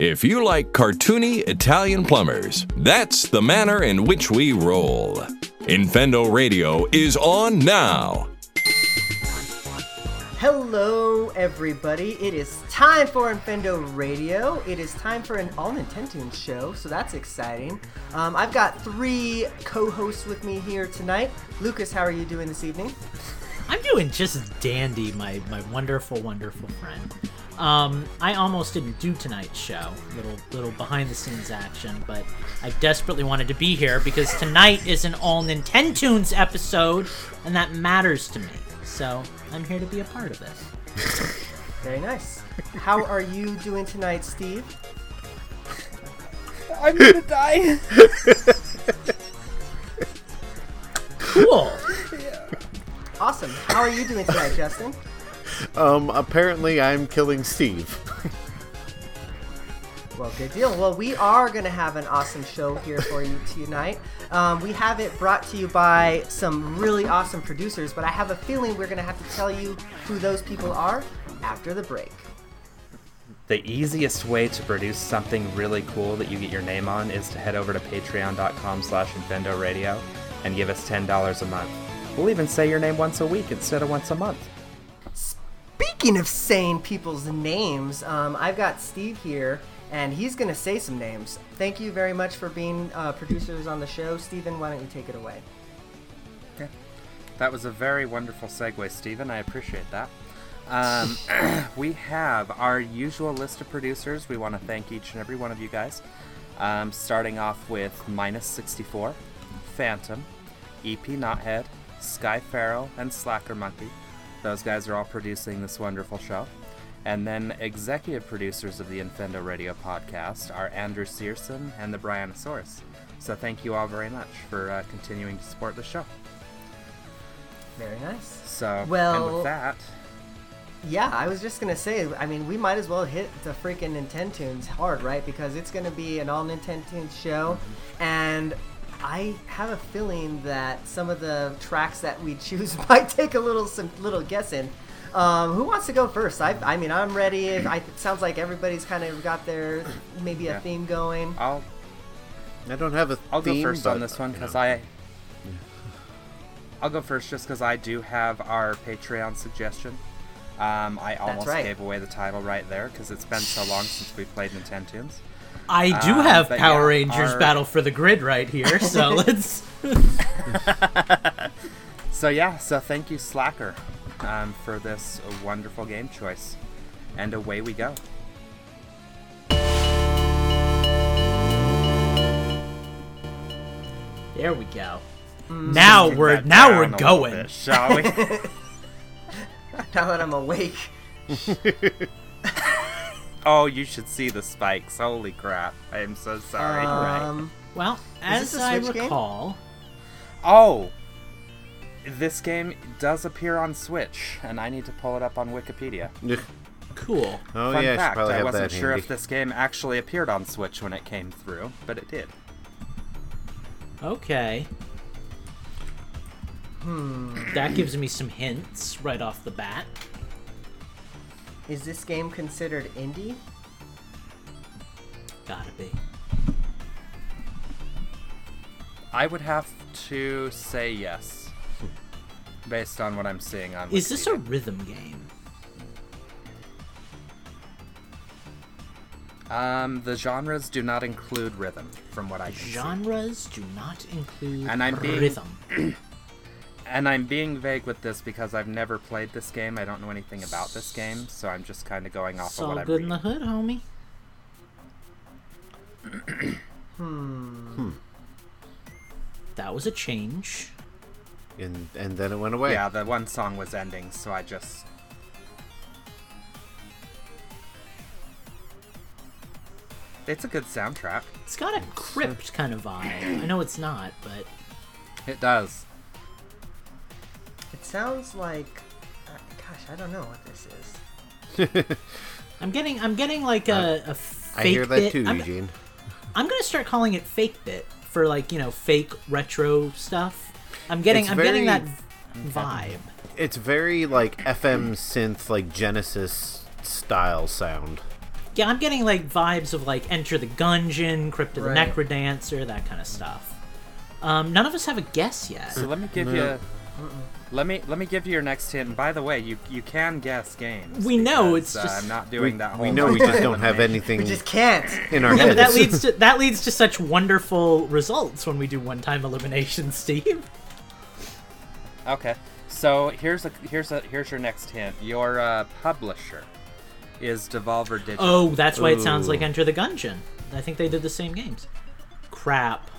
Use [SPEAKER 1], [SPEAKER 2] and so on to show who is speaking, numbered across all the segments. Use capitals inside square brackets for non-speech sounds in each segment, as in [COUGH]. [SPEAKER 1] If you like cartoony Italian plumbers, that's the manner in which we roll. Infendo Radio is on now.
[SPEAKER 2] Hello, everybody. It is time for Infendo Radio. It is time for an all Nintendo show, so that's exciting. Um, I've got three co hosts with me here tonight. Lucas, how are you doing this evening?
[SPEAKER 3] I'm doing just dandy, my my wonderful, wonderful friend. Um, I almost didn't do tonight's show, little little behind the scenes action, but I desperately wanted to be here because tonight is an all Nintendoons episode, and that matters to me. So I'm here to be a part of this.
[SPEAKER 2] Very nice. How are you doing tonight, Steve?
[SPEAKER 4] I'm gonna die.
[SPEAKER 3] Cool.
[SPEAKER 2] Awesome. How are you doing tonight, Justin?
[SPEAKER 5] Um, apparently I'm killing Steve.
[SPEAKER 2] Well, good deal. Well, we are going to have an awesome show here for you tonight. Um, we have it brought to you by some really awesome producers, but I have a feeling we're going to have to tell you who those people are after the break.
[SPEAKER 4] The easiest way to produce something really cool that you get your name on is to head over to patreon.com slash Infendo Radio and give us $10 a month. We'll even say your name once a week instead of once a month.
[SPEAKER 2] Speaking of saying people's names, um, I've got Steve here, and he's going to say some names. Thank you very much for being uh, producers on the show. Steven, why don't you take it away?
[SPEAKER 4] That was a very wonderful segue, Stephen. I appreciate that. Um, [CLEARS THROAT] we have our usual list of producers. We want to thank each and every one of you guys. Um, starting off with Minus 64, Phantom, EP Knothead, Sky Pharaoh, and Slacker Monkey. Those guys are all producing this wonderful show. And then executive producers of the Infendo Radio podcast are Andrew Searson and the Brianosaurus. So thank you all very much for uh, continuing to support the show.
[SPEAKER 2] Very nice.
[SPEAKER 4] So, and
[SPEAKER 2] Well-
[SPEAKER 4] with that,
[SPEAKER 2] Yeah, I was just gonna say. I mean, we might as well hit the freaking Nintendoons hard, right? Because it's gonna be an all Nintendoons show, and I have a feeling that some of the tracks that we [LAUGHS] choose might take a little some little guessing. Um, who wants to go first? I, I mean, I'm ready. If I, it sounds like everybody's kind of got their maybe a
[SPEAKER 4] Yeah. Uh,
[SPEAKER 2] theme going.
[SPEAKER 4] I'll
[SPEAKER 5] I don't have a
[SPEAKER 4] I'll
[SPEAKER 5] theme,
[SPEAKER 4] go first
[SPEAKER 5] but,
[SPEAKER 4] on this one
[SPEAKER 5] you
[SPEAKER 4] because
[SPEAKER 5] know.
[SPEAKER 4] I. I'll go first just because I do have our Patreon suggestion. Um, I almost
[SPEAKER 2] right.
[SPEAKER 4] gave away the title right there because it's been so long since we played Nintendo's.
[SPEAKER 3] I
[SPEAKER 4] [LAUGHS]
[SPEAKER 3] do
[SPEAKER 4] Um,
[SPEAKER 3] have
[SPEAKER 4] but
[SPEAKER 3] Power
[SPEAKER 4] yeah,
[SPEAKER 3] Rangers
[SPEAKER 4] our-
[SPEAKER 3] Battle for the Grid right here,
[SPEAKER 4] [LAUGHS]
[SPEAKER 3] so let's.
[SPEAKER 4] So yeah, so thank you Slacker um, for this wonderful game choice, and away we go.
[SPEAKER 3] There we go. Now
[SPEAKER 4] Kick
[SPEAKER 3] we're
[SPEAKER 4] that
[SPEAKER 3] now
[SPEAKER 4] Mm. down a
[SPEAKER 3] we're
[SPEAKER 4] little
[SPEAKER 3] going.
[SPEAKER 4] bit,
[SPEAKER 3] [LAUGHS]
[SPEAKER 4] shall we?
[SPEAKER 2] Now that I'm awake,
[SPEAKER 4] oh, you should see the spikes! Holy crap! I am so sorry.
[SPEAKER 2] um,
[SPEAKER 3] Well,
[SPEAKER 2] Is
[SPEAKER 3] as
[SPEAKER 2] this a
[SPEAKER 3] I
[SPEAKER 2] Switch game?
[SPEAKER 3] recall,
[SPEAKER 4] Oh, this game does appear on Switch, and I need to pull it up on Wikipedia.
[SPEAKER 3] cool.
[SPEAKER 5] Oh
[SPEAKER 4] Fun
[SPEAKER 5] yeah, I should
[SPEAKER 4] fact:
[SPEAKER 5] probably
[SPEAKER 4] I
[SPEAKER 5] have
[SPEAKER 4] wasn't
[SPEAKER 5] that
[SPEAKER 4] sure
[SPEAKER 5] handy.
[SPEAKER 4] if this game actually appeared on Switch when it came through, but it did.
[SPEAKER 3] Okay. Hmm. That gives me some hints right off the bat.
[SPEAKER 2] is this game considered indie?
[SPEAKER 3] Gotta be.
[SPEAKER 4] I would have to say yes, based on what I'm seeing on.
[SPEAKER 3] Is this a
[SPEAKER 4] Wikipedia.
[SPEAKER 3] rhythm game?
[SPEAKER 4] Um, the genres do not include rhythm, from what I can see.
[SPEAKER 3] Genres do not include
[SPEAKER 4] And I'm being-
[SPEAKER 3] rhythm.
[SPEAKER 4] And I'm being vague with this because I've never played this game. I don't know anything about this game, so I'm just kind of going off
[SPEAKER 3] It's
[SPEAKER 4] of
[SPEAKER 3] all
[SPEAKER 4] what I'm
[SPEAKER 3] good in
[SPEAKER 4] reading.
[SPEAKER 3] the hood, homie. hmm. That was a change.
[SPEAKER 5] And and then it went away.
[SPEAKER 4] Yeah, the one song was ending, so I just It's a good soundtrack.
[SPEAKER 3] It's got a crypt kind of vibe. I know it's not, but
[SPEAKER 4] It does.
[SPEAKER 2] It sounds like, uh, gosh, I don't know what this is.
[SPEAKER 3] I'm getting I'm getting like a, a fake
[SPEAKER 5] Uh, I hear that
[SPEAKER 3] bit.
[SPEAKER 5] too,
[SPEAKER 3] I'm,
[SPEAKER 5] Eugene.
[SPEAKER 3] I'm gonna start calling it fake bit for like you know fake retro stuff. I'm getting
[SPEAKER 5] It's
[SPEAKER 3] I'm getting
[SPEAKER 5] very-
[SPEAKER 3] that vibe.
[SPEAKER 5] It's very like FM synth, like Genesis style sound.
[SPEAKER 3] yeah, I'm getting like vibes of like Enter the Gungeon, Crypt of
[SPEAKER 2] Right.
[SPEAKER 3] the Necrodancer, that kind of stuff. Um, none of us have a guess yet.
[SPEAKER 4] So let me give you.
[SPEAKER 3] Mm-hmm.
[SPEAKER 4] Let me let me give you your next hint. And by the way, you you can guess games.
[SPEAKER 3] We know,
[SPEAKER 4] because,
[SPEAKER 3] it's just-
[SPEAKER 4] uh, I'm not doing that. Whole
[SPEAKER 5] We know we just
[SPEAKER 4] [LAUGHS]
[SPEAKER 5] don't have
[SPEAKER 2] We
[SPEAKER 5] anything
[SPEAKER 2] just can't.
[SPEAKER 5] in our
[SPEAKER 3] Yeah, but
[SPEAKER 5] heads.
[SPEAKER 3] that leads to that leads to such wonderful results when we do one-time elimination, [LAUGHS] Steve.
[SPEAKER 4] Okay. So here's a here's a here's your next hint. Your uh, publisher is Devolver Digital.
[SPEAKER 3] Oh, that's why it sounds like
[SPEAKER 5] Ooh.
[SPEAKER 3] Enter the Gungeon. I think they did the same games. Crap.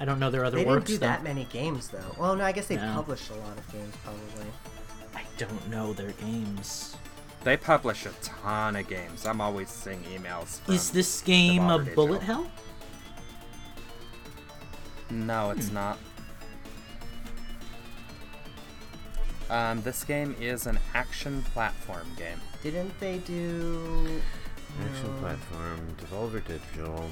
[SPEAKER 3] I don't know their other
[SPEAKER 2] They didn't
[SPEAKER 3] works.
[SPEAKER 2] do
[SPEAKER 3] though.
[SPEAKER 2] that many games though. Well, no, I guess they
[SPEAKER 3] No.
[SPEAKER 2] published a lot of games probably.
[SPEAKER 3] I don't know their games.
[SPEAKER 4] They publish a ton of games. I'm always seeing emails. From
[SPEAKER 3] Is this game a
[SPEAKER 4] Devolver Digital.
[SPEAKER 3] bullet hell?
[SPEAKER 4] No, it's not. Um, this game is an action platform game.
[SPEAKER 2] Didn't they do?
[SPEAKER 5] Action platform, Devolver Digital.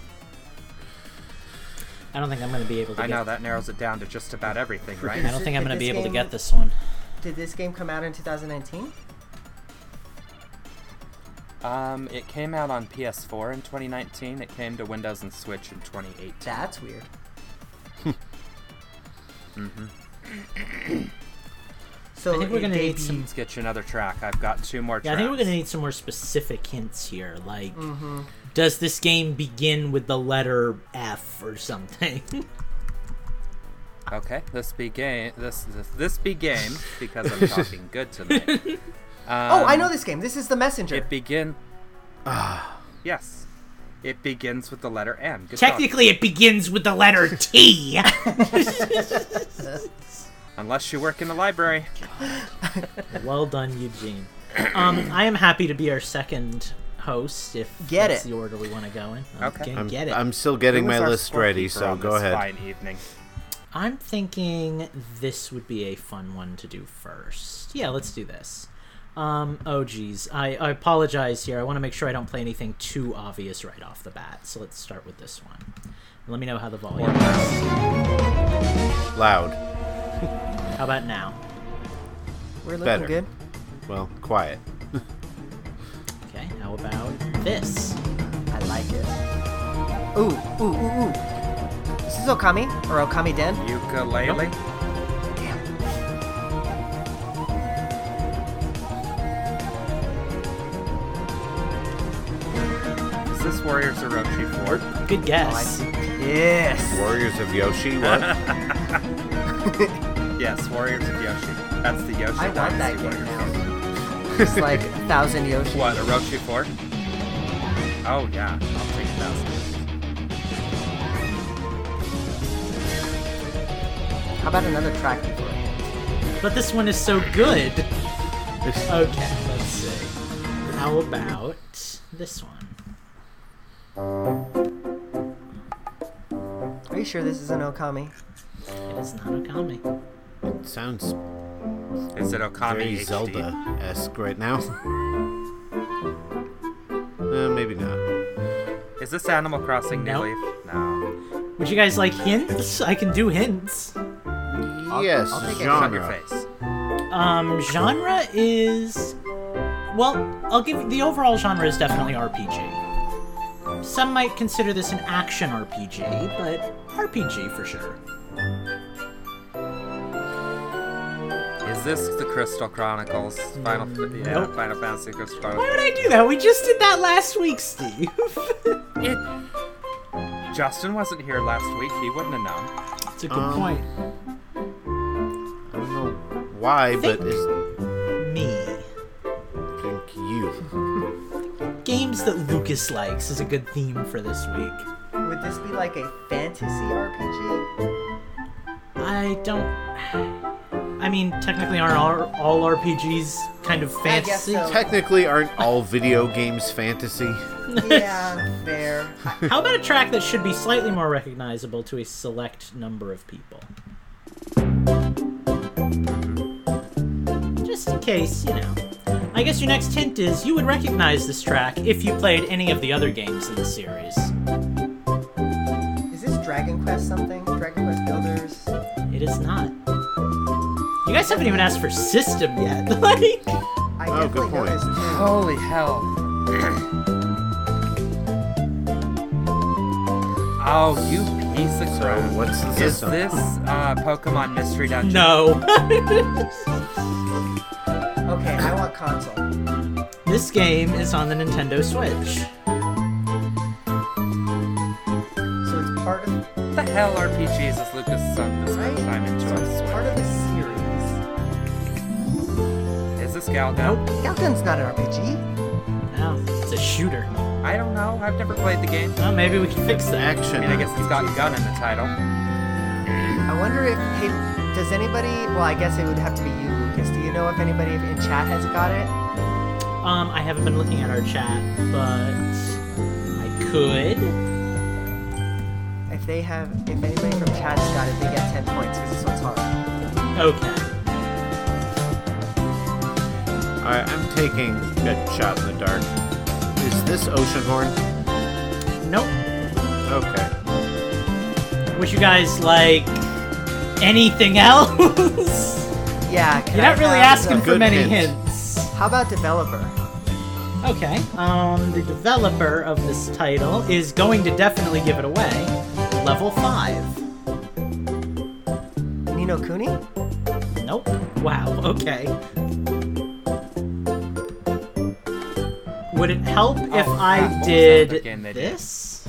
[SPEAKER 3] I don't think I'm going to be able to.
[SPEAKER 4] I
[SPEAKER 3] get,
[SPEAKER 4] know that narrows it down to just about everything, right?
[SPEAKER 3] I don't think I'm going to be
[SPEAKER 2] This
[SPEAKER 3] able to
[SPEAKER 2] game-
[SPEAKER 3] get this one.
[SPEAKER 2] Did this game come out in 2019?
[SPEAKER 4] [LAUGHS] Um, it came out on PS4 in 2019. It came to Windows and Switch in 2018.
[SPEAKER 2] That's
[SPEAKER 3] [LAUGHS]
[SPEAKER 2] weird. [COUGHS] So
[SPEAKER 3] Mm-hmm. I think we're
[SPEAKER 2] it
[SPEAKER 3] going to need
[SPEAKER 2] debuted-
[SPEAKER 3] some.
[SPEAKER 4] Let's get you another track. I've got two more.
[SPEAKER 3] Yeah, I think we're
[SPEAKER 4] tracks.
[SPEAKER 3] going to need some more specific hints here. Like,
[SPEAKER 2] Mm-hmm.
[SPEAKER 3] does this game begin with the letter F or
[SPEAKER 4] [LAUGHS]
[SPEAKER 3] something?
[SPEAKER 4] Okay, this be game. This this, this be [LAUGHS] game because I'm talking good tonight. Um,
[SPEAKER 2] Oh, I
[SPEAKER 3] um,
[SPEAKER 2] know this game. This is The Messenger.
[SPEAKER 4] It begin. Ah. yes, it begins with the letter M. Good job.
[SPEAKER 3] Technically, it begins with the letter
[SPEAKER 4] [LAUGHS]
[SPEAKER 3] T.
[SPEAKER 4] unless you work in the library.
[SPEAKER 3] Well done, Eugene. Um, I am happy to be our second host. If
[SPEAKER 2] Get
[SPEAKER 3] that's
[SPEAKER 2] it.
[SPEAKER 3] the order we want to go in.
[SPEAKER 4] Okay.
[SPEAKER 3] Again,
[SPEAKER 5] I'm,
[SPEAKER 3] get it. I'm,
[SPEAKER 5] I'm still getting
[SPEAKER 4] Who is
[SPEAKER 5] my
[SPEAKER 4] our
[SPEAKER 5] list ready,
[SPEAKER 4] scorekeeper
[SPEAKER 5] so
[SPEAKER 4] on
[SPEAKER 5] go
[SPEAKER 4] this
[SPEAKER 5] ahead.
[SPEAKER 4] Fine evening.
[SPEAKER 3] thinking this would be a fun one to do first. Yeah, let's do this. Um, oh geez, I, I apologize here. I want to make sure I don't play anything too obvious right off the bat. So let's start with this one. Let me know how the volume. is.
[SPEAKER 5] Loud.
[SPEAKER 3] How about now?
[SPEAKER 2] we're looking
[SPEAKER 5] better.
[SPEAKER 2] good.
[SPEAKER 5] Well, quiet.
[SPEAKER 3] Okay. How about this?
[SPEAKER 2] I like it. Ooh, ooh, ooh, ooh. This is Okami or Okami Den.
[SPEAKER 4] Ukulele. Is this Warriors Orochi 4?
[SPEAKER 3] Good guess.
[SPEAKER 2] Yes.
[SPEAKER 5] Warriors of Yoshi, what?
[SPEAKER 4] [LAUGHS] Yes, Warriors of Yoshi. That's the Yoshi
[SPEAKER 2] I want that
[SPEAKER 4] Dynasty
[SPEAKER 2] game
[SPEAKER 4] Warriors.
[SPEAKER 2] now. It's
[SPEAKER 3] [LAUGHS]
[SPEAKER 2] like Thousand Yoshi.
[SPEAKER 4] What, Orochi 4? Oh, yeah. I'll take that.
[SPEAKER 2] How about another track before? it?
[SPEAKER 3] But this one is so good. Okay, let's see. How about this one?
[SPEAKER 2] Are you sure this is an Okami?
[SPEAKER 3] It is not Okami.
[SPEAKER 5] Sounds
[SPEAKER 4] Is it Okami
[SPEAKER 5] very
[SPEAKER 4] HD?
[SPEAKER 5] Zelda esque right now. [LAUGHS] uh, maybe not.
[SPEAKER 4] Is this Animal Crossing New
[SPEAKER 3] Nope.
[SPEAKER 4] Leaf? No.
[SPEAKER 3] Would you guys like hints? I can do hints.
[SPEAKER 5] yes,
[SPEAKER 2] I'll take it.
[SPEAKER 4] Shut your
[SPEAKER 5] genre.
[SPEAKER 4] face.
[SPEAKER 3] Um, genre is. Well, I'll give the overall genre is definitely RPG. Some might consider this an action RPG, but RPG for sure.
[SPEAKER 4] Is this the Crystal Chronicles? Final, yeah,
[SPEAKER 3] Nope.
[SPEAKER 4] Final Fantasy Crystal
[SPEAKER 3] Why
[SPEAKER 4] Chronicles.
[SPEAKER 3] would I do that? We just did that last week, Steve. [LAUGHS]
[SPEAKER 4] Justin wasn't here last week. He wouldn't have known.
[SPEAKER 3] It's a good
[SPEAKER 5] Um,
[SPEAKER 3] point.
[SPEAKER 5] I don't know why, but
[SPEAKER 3] Think.
[SPEAKER 5] it's
[SPEAKER 3] Me.
[SPEAKER 5] think you.
[SPEAKER 3] Games that Lucas likes is a good theme for this week.
[SPEAKER 2] Would this be like a fantasy RPG?
[SPEAKER 3] I don't. I mean, technically, aren't all, all RPGs kind of
[SPEAKER 2] I guess
[SPEAKER 3] fantasy?
[SPEAKER 2] so.
[SPEAKER 5] Technically, aren't all video games fantasy?
[SPEAKER 3] [LAUGHS]
[SPEAKER 2] yeah, fair. I-
[SPEAKER 3] How about a track that should be slightly more recognizable to a select number of people? Just in case, you know. I guess your next hint is you would recognize this track if you played any of the other games in the series.
[SPEAKER 2] Is this Dragon Quest something? Dragon Quest Builders?
[SPEAKER 3] It is not. You guys haven't even asked for system yet. [LAUGHS] like,
[SPEAKER 2] I
[SPEAKER 5] Oh,
[SPEAKER 2] definitely know
[SPEAKER 3] Oh.
[SPEAKER 5] good point.
[SPEAKER 2] this too.
[SPEAKER 4] Holy hell. [CLEARS THROAT] Oh, you piece of
[SPEAKER 5] So
[SPEAKER 4] crap.
[SPEAKER 5] what's the
[SPEAKER 4] Is
[SPEAKER 5] system?
[SPEAKER 4] this uh, Pokemon Mystery Dungeon?
[SPEAKER 3] No. [LAUGHS]
[SPEAKER 2] Okay, I want console.
[SPEAKER 3] this game is on the Nintendo Switch.
[SPEAKER 2] So it's part of right.
[SPEAKER 4] What the hell RPGs has Lucas sunk this much time into
[SPEAKER 2] So it's part
[SPEAKER 4] us
[SPEAKER 2] of the series.
[SPEAKER 4] with? Is this Galga?
[SPEAKER 3] Nope.
[SPEAKER 2] Galgun's not an RPG.
[SPEAKER 3] No. It's a shooter.
[SPEAKER 4] I don't know. I've never played the game.
[SPEAKER 3] Well, maybe we can fix that.
[SPEAKER 4] I
[SPEAKER 5] Action.
[SPEAKER 4] mean, I guess it's got gun in the title.
[SPEAKER 2] I wonder if hey, does anybody? Well, I guess it would have to be you, Lucas. Do you know if anybody in chat has got it?
[SPEAKER 3] Um, I haven't been looking at our chat, but I could.
[SPEAKER 2] If they have, if anybody from chat's got it, they get ten points because this one's hard.
[SPEAKER 3] Okay.
[SPEAKER 5] All right, I'm taking a shot in the dark. Is this Ocean Horn?
[SPEAKER 3] Nope.
[SPEAKER 5] Okay.
[SPEAKER 3] Would you guys like anything [LAUGHS] else?
[SPEAKER 2] Yeah. can
[SPEAKER 3] You're
[SPEAKER 2] I
[SPEAKER 3] not really
[SPEAKER 2] have
[SPEAKER 3] asking
[SPEAKER 2] the-
[SPEAKER 3] for
[SPEAKER 5] good
[SPEAKER 3] many
[SPEAKER 5] hint.
[SPEAKER 3] hints.
[SPEAKER 2] How about developer?
[SPEAKER 3] Okay. Um, the developer of this title is going to definitely give it away. Level five.
[SPEAKER 2] Nino Cooney?
[SPEAKER 3] Nope. Wow. Okay. Would it help if
[SPEAKER 4] Oh,
[SPEAKER 3] I
[SPEAKER 4] crap, what was that
[SPEAKER 3] did
[SPEAKER 4] other game they did?
[SPEAKER 3] this?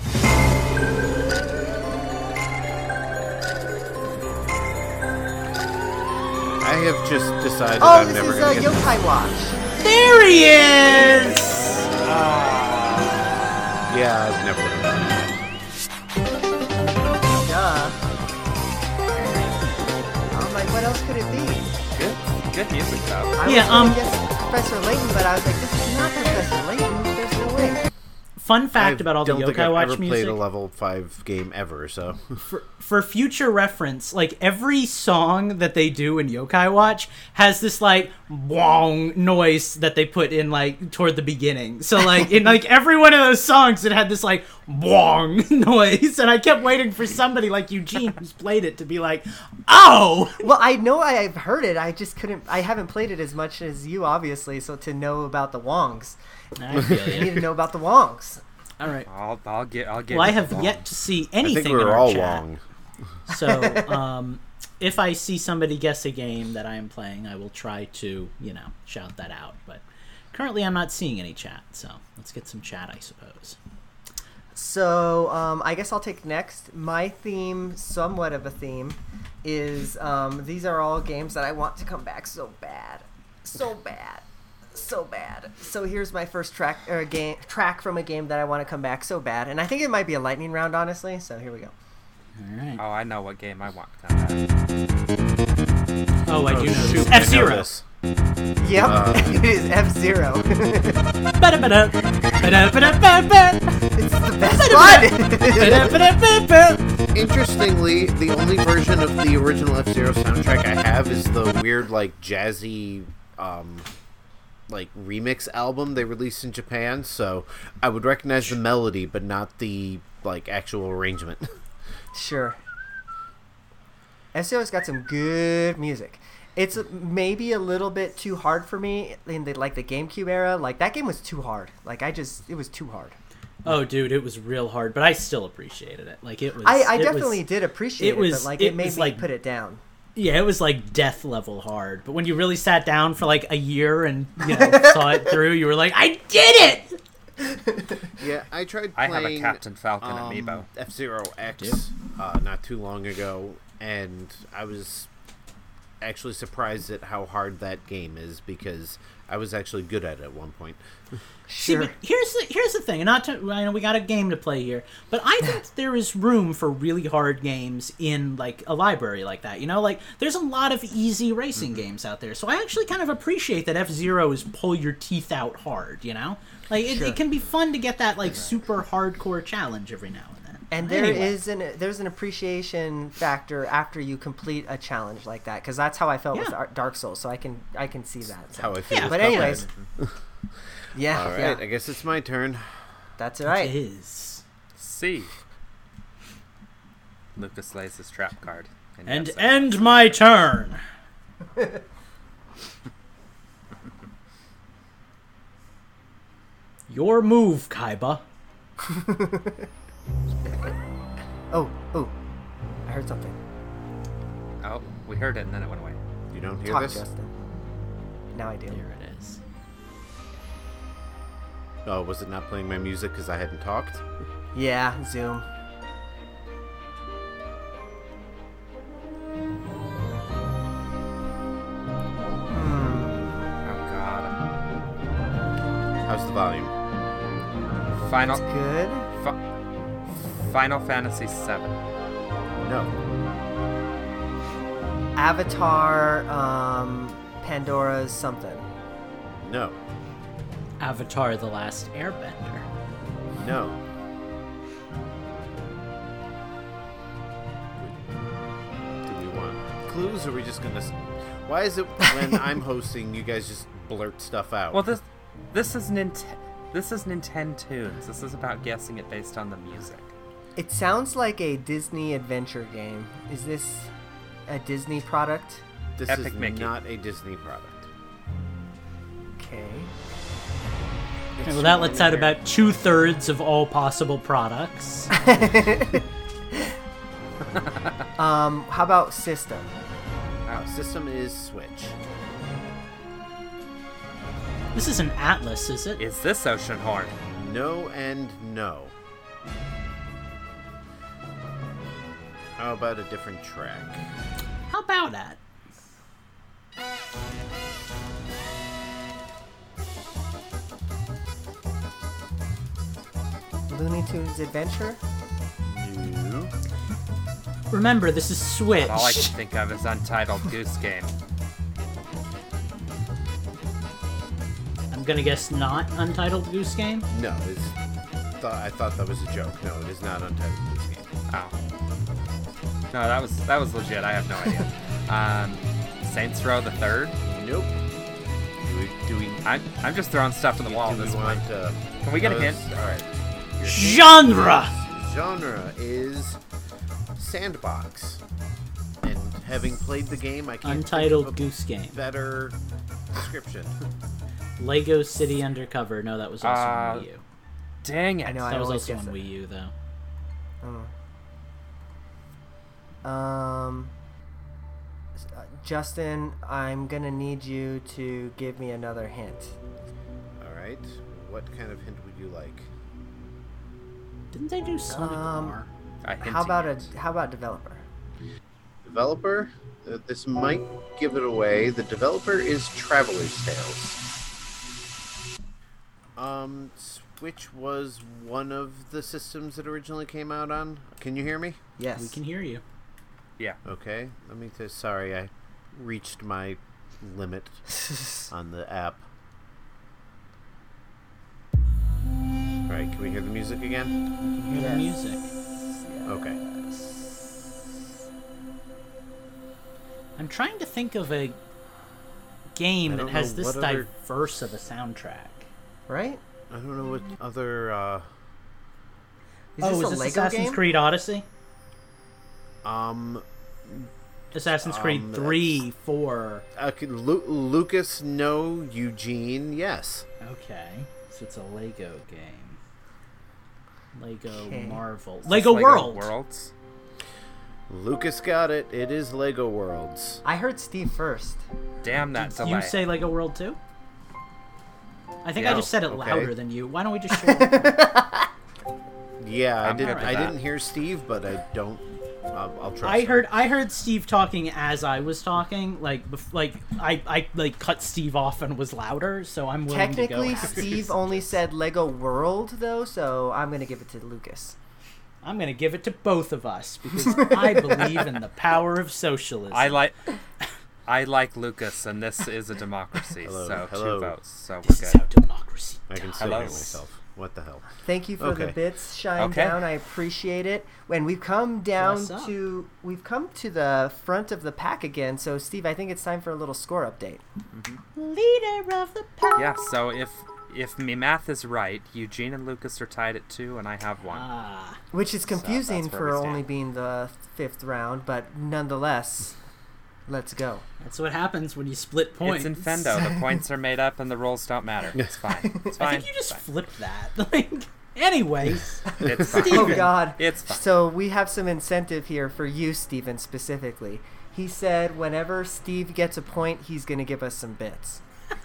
[SPEAKER 5] I have just decided
[SPEAKER 2] Oh,
[SPEAKER 5] I'm
[SPEAKER 2] this
[SPEAKER 5] never
[SPEAKER 2] is
[SPEAKER 5] going
[SPEAKER 2] uh,
[SPEAKER 5] to get
[SPEAKER 2] Yokai Watch.
[SPEAKER 3] There he is.
[SPEAKER 5] Yeah, I've never going to
[SPEAKER 2] Duh. I'm like, what else could it be?
[SPEAKER 4] Good, good music though.
[SPEAKER 2] I
[SPEAKER 3] Yeah,
[SPEAKER 2] was gonna
[SPEAKER 3] um-
[SPEAKER 2] guess Professor Layton, but I was like, this is not Professor Layton. There's no way.
[SPEAKER 3] Fun fact
[SPEAKER 5] I
[SPEAKER 3] about all the
[SPEAKER 5] don't think
[SPEAKER 3] Yokai
[SPEAKER 5] I've
[SPEAKER 3] Watch
[SPEAKER 5] ever
[SPEAKER 3] music.
[SPEAKER 5] played a level 5 game ever, so. [LAUGHS]
[SPEAKER 3] for, for future reference, like every song that they do in Yokai Watch has this like wong noise that they put in like toward the beginning. So like in like every one of those songs, it had this like wong [LAUGHS] noise, and I kept waiting for somebody like Eugene who's played it to be like, oh,
[SPEAKER 2] Well, I know I've heard it. I just couldn't. I haven't played it as much as you, obviously. So to know about the Wongs, you need to know about the Wongs.
[SPEAKER 3] all right.
[SPEAKER 4] I'll, I'll get, I'll get.
[SPEAKER 3] Well, I have yet to see
[SPEAKER 5] I
[SPEAKER 3] anything
[SPEAKER 5] think we
[SPEAKER 3] in
[SPEAKER 5] were
[SPEAKER 3] our
[SPEAKER 5] all
[SPEAKER 3] chat.
[SPEAKER 5] wrong.
[SPEAKER 3] So, um, if I see somebody guess a game that I am playing, I will try to, you know, shout that out. But currently, I'm not seeing any chat, so let's get some chat, I suppose.
[SPEAKER 2] So um, I guess I'll take next. My theme, somewhat of a theme, is um, these are all games that I want to come back so bad, so bad, so bad. So here's my first track or game track from a game that I want to come back so bad, and I think it might be a lightning round, honestly. So here we go.
[SPEAKER 3] All right.
[SPEAKER 4] Oh, I know what game I want. Now.
[SPEAKER 3] Oh, I do know
[SPEAKER 5] Shoot, I know
[SPEAKER 3] F Zero.
[SPEAKER 5] this.
[SPEAKER 2] Yep, it is [LAUGHS] F Zero. it's the best one.
[SPEAKER 5] Interestingly, the only version of the original F Zero soundtrack I have is the weird, like, jazzy, um, like, remix album they released in Japan, so I would recognize the melody, but not the, like, actual arrangement. [LAUGHS]
[SPEAKER 2] Sure. SEO's got some good music. It's maybe a little bit too hard for me in the like the GameCube era. Like that game was too hard. Like I just it was too hard.
[SPEAKER 3] Oh, dude, it was real hard, but I still appreciated it. Like it was.
[SPEAKER 2] I, I
[SPEAKER 3] it was-
[SPEAKER 2] definitely did appreciate it,
[SPEAKER 3] it was-
[SPEAKER 2] but like
[SPEAKER 3] it
[SPEAKER 2] it, made me
[SPEAKER 3] was, like-
[SPEAKER 2] put it down.
[SPEAKER 3] Yeah, it was like death level hard. But when you really sat down for like a year and you know saw it through, you were like, I did it.
[SPEAKER 5] Yeah, I tried
[SPEAKER 4] I
[SPEAKER 5] playing. um,
[SPEAKER 4] have a Captain Falcon amiibo.
[SPEAKER 5] F Zero X uh, not too long ago, and I was actually surprised at how hard that game is because I was actually good at it at one point.
[SPEAKER 2] Sure.
[SPEAKER 3] See, but here's the here's the thing. and Not to, I know we got a game to play here, but
[SPEAKER 2] [LAUGHS]
[SPEAKER 3] I think there is room for really hard games in like a library like that. You know, like there's a lot of easy racing
[SPEAKER 2] Mm-hmm.
[SPEAKER 3] games out there. So I actually kind of appreciate that F Zero is pull your teeth out hard. You know, like it, it can be fun to get that like super hardcore challenge every now and then.
[SPEAKER 2] and there
[SPEAKER 3] Anyway.
[SPEAKER 2] is an there's an appreciation factor after you complete a challenge like that because that's how I felt with
[SPEAKER 3] Yeah.
[SPEAKER 2] Ar- Dark Souls. So I can I can see that.
[SPEAKER 5] How
[SPEAKER 2] So.
[SPEAKER 5] I feel.
[SPEAKER 3] Yeah.
[SPEAKER 5] with
[SPEAKER 2] But
[SPEAKER 5] Cuphead. [LAUGHS]
[SPEAKER 2] anyways, yeah,
[SPEAKER 5] all right. I
[SPEAKER 2] yeah,
[SPEAKER 5] guess it's my turn.
[SPEAKER 2] that's all right.
[SPEAKER 3] It is.
[SPEAKER 4] C. Lucas lays his trap card. in the
[SPEAKER 3] And
[SPEAKER 4] episode.
[SPEAKER 3] end my turn.
[SPEAKER 2] [LAUGHS]
[SPEAKER 3] Your move, Kaiba.
[SPEAKER 2] Oh, oh, I heard something.
[SPEAKER 4] Oh, we heard it and then it went away.
[SPEAKER 5] You don't hear
[SPEAKER 2] Talk,
[SPEAKER 5] this?
[SPEAKER 2] Justin. Now I do.
[SPEAKER 3] There it is.
[SPEAKER 5] Oh, was it not playing my music because I hadn't talked?
[SPEAKER 2] Yeah, Zoom.
[SPEAKER 4] Oh god.
[SPEAKER 5] How's the volume?
[SPEAKER 4] Final
[SPEAKER 2] It's good.
[SPEAKER 4] fi- Final Fantasy VII.
[SPEAKER 5] No.
[SPEAKER 2] Avatar, um, Pandora's something.
[SPEAKER 5] No.
[SPEAKER 3] Avatar: The Last Airbender.
[SPEAKER 5] No. Do we want clues or are we just gonna s- why is it when I'm hosting you guys just blurt stuff out?
[SPEAKER 4] Well, this this is Nint this is Nintendo tunes. This is about guessing it based on the music.
[SPEAKER 2] It sounds like a Disney adventure game. Is this a Disney product?
[SPEAKER 5] this
[SPEAKER 4] Epic
[SPEAKER 5] is
[SPEAKER 4] Mickey.
[SPEAKER 5] not a Disney product.
[SPEAKER 2] Okay.
[SPEAKER 3] Okay, well, that lets out about two thirds of all possible products.
[SPEAKER 2] Um, how about system?
[SPEAKER 5] Wow, system is Switch.
[SPEAKER 3] this is an atlas, is it?
[SPEAKER 4] Is this Ocean Horn?
[SPEAKER 5] No and no. How about a different track?
[SPEAKER 3] How about that?
[SPEAKER 2] Looney Tunes Adventure?
[SPEAKER 5] No.
[SPEAKER 3] Remember, this is Switch.
[SPEAKER 4] All I
[SPEAKER 3] [LAUGHS]
[SPEAKER 4] can think of is Untitled Goose Game.
[SPEAKER 3] I'm gonna guess not Untitled Goose Game.
[SPEAKER 5] No, it's. Thought, I thought that was a joke. No, it is not Untitled Goose Game.
[SPEAKER 4] Oh. No, that was that was legit. I have no idea.
[SPEAKER 3] [LAUGHS]
[SPEAKER 4] um, Saints Row the Third.
[SPEAKER 5] Nope. Do we? Do we?
[SPEAKER 4] I'm I'm just throwing stuff to the wall. at
[SPEAKER 5] do we
[SPEAKER 4] This one.
[SPEAKER 5] want? Uh,
[SPEAKER 4] Can we get a
[SPEAKER 5] those-
[SPEAKER 4] hint?
[SPEAKER 5] All right.
[SPEAKER 3] Genre.
[SPEAKER 5] Genre is sandbox, and having played the game, I can't think
[SPEAKER 3] Untitled
[SPEAKER 5] of a
[SPEAKER 3] Goose Game.
[SPEAKER 5] better description.
[SPEAKER 3] Lego City Undercover. No, that was also on
[SPEAKER 4] Uh,
[SPEAKER 3] Wii U.
[SPEAKER 4] Dang it!
[SPEAKER 2] I know, I
[SPEAKER 3] That was
[SPEAKER 2] always
[SPEAKER 3] also
[SPEAKER 2] guess
[SPEAKER 3] on
[SPEAKER 2] it.
[SPEAKER 3] Wii U, though.
[SPEAKER 2] Um, s- uh, Justin, I'm gonna need you to give me another hint.
[SPEAKER 5] All right. What kind of hint would you like?
[SPEAKER 3] Didn't they do Sonic
[SPEAKER 2] Um,
[SPEAKER 3] R?
[SPEAKER 4] I
[SPEAKER 2] how
[SPEAKER 4] hinted
[SPEAKER 2] about
[SPEAKER 4] you.
[SPEAKER 2] a how about developer?
[SPEAKER 5] Developer. Uh, this might give it away. The developer is Traveler's Tales. Um, Switch was one of the systems that originally came out on. Can you hear me?
[SPEAKER 2] Yes.
[SPEAKER 3] We can hear you.
[SPEAKER 4] Yeah.
[SPEAKER 5] Okay, let me just. Sorry, I reached my limit on the app. All right, can we hear the music again?
[SPEAKER 3] You hear the
[SPEAKER 2] Yes.
[SPEAKER 3] music.
[SPEAKER 5] Okay.
[SPEAKER 3] I'm trying to think of a game
[SPEAKER 5] I
[SPEAKER 3] that
[SPEAKER 5] don't
[SPEAKER 3] has
[SPEAKER 5] know
[SPEAKER 3] this
[SPEAKER 5] what other-
[SPEAKER 3] diverse of a soundtrack.
[SPEAKER 2] Right?
[SPEAKER 5] I don't know what other. Uh,
[SPEAKER 2] Is
[SPEAKER 3] oh,
[SPEAKER 2] this
[SPEAKER 3] is
[SPEAKER 2] a
[SPEAKER 3] this
[SPEAKER 2] Lego
[SPEAKER 3] Assassin's
[SPEAKER 2] game?
[SPEAKER 3] Creed Odyssey?
[SPEAKER 5] um,
[SPEAKER 3] Assassin's Creed
[SPEAKER 5] Um,
[SPEAKER 3] 3, 4.
[SPEAKER 5] uh, could Lu- Lucas, no. Eugene, yes.
[SPEAKER 3] Okay. So it's a Lego game. Lego
[SPEAKER 2] Okay.
[SPEAKER 3] Marvel.
[SPEAKER 4] Is this
[SPEAKER 3] Lego, World.
[SPEAKER 4] Worlds.
[SPEAKER 5] Lucas got it. It is Lego Worlds.
[SPEAKER 2] I heard Steve first.
[SPEAKER 4] Damn that
[SPEAKER 3] Did
[SPEAKER 4] delay.
[SPEAKER 3] you say Lego World too? I think I
[SPEAKER 4] Yeah.
[SPEAKER 3] just said it
[SPEAKER 5] Okay.
[SPEAKER 3] louder than you. Why don't we just share?
[SPEAKER 5] Yeah, I
[SPEAKER 4] I'm
[SPEAKER 5] didn't.
[SPEAKER 4] good with
[SPEAKER 5] I
[SPEAKER 4] that.
[SPEAKER 5] didn't hear Steve, but I don't. I'll, I'll trust.
[SPEAKER 3] I
[SPEAKER 5] him.
[SPEAKER 3] heard I heard Steve talking as I was talking, like bef- like I, I like cut Steve off and was louder, so I'm willing
[SPEAKER 2] Technically,
[SPEAKER 3] [LAUGHS] to go. after
[SPEAKER 2] Steve only said Lego World though, so I'm gonna give it to Lucas.
[SPEAKER 3] I'm going to give it to both of us because I believe in the power of socialism. [LAUGHS]
[SPEAKER 4] I like. I like Lucas, and this is a democracy,
[SPEAKER 5] Hello,
[SPEAKER 4] so
[SPEAKER 5] hello.
[SPEAKER 4] two votes, so we're
[SPEAKER 3] this is how
[SPEAKER 4] good.
[SPEAKER 3] democracy.
[SPEAKER 5] I can
[SPEAKER 3] dies.
[SPEAKER 5] still
[SPEAKER 4] Hello.
[SPEAKER 5] hear myself. What the hell?
[SPEAKER 2] Thank you for the
[SPEAKER 5] Okay.
[SPEAKER 2] bits, Shine
[SPEAKER 4] Okay.
[SPEAKER 2] Down. I appreciate it. When we've come down
[SPEAKER 3] Bless up.
[SPEAKER 2] to we've come to the front of the pack again, so Steve, I think it's time for a little score update.
[SPEAKER 3] Leader of the pack.
[SPEAKER 4] Yeah, so if if me math is right, Eugene and Lucas are tied at two, and I have one.
[SPEAKER 3] Ah,
[SPEAKER 2] Which is confusing
[SPEAKER 4] that's where
[SPEAKER 2] for
[SPEAKER 4] we stand.
[SPEAKER 2] only being the fifth round, but nonetheless, Let's go.
[SPEAKER 3] That's what happens when you split
[SPEAKER 4] It's
[SPEAKER 3] points.
[SPEAKER 4] in Fendo. The points are made up and the rolls don't matter. It's fine.
[SPEAKER 3] [LAUGHS]
[SPEAKER 4] It's
[SPEAKER 3] I
[SPEAKER 4] fine.
[SPEAKER 3] think you just flipped that. [LAUGHS] Like, anyways,
[SPEAKER 4] It's fine.
[SPEAKER 2] Oh
[SPEAKER 4] [LAUGHS]
[SPEAKER 3] Steven.
[SPEAKER 2] God!
[SPEAKER 4] It's fine.
[SPEAKER 2] So we have some incentive here for you, Steven, specifically. He said whenever Steve gets a point, he's gonna give us some bits.
[SPEAKER 3] [LAUGHS]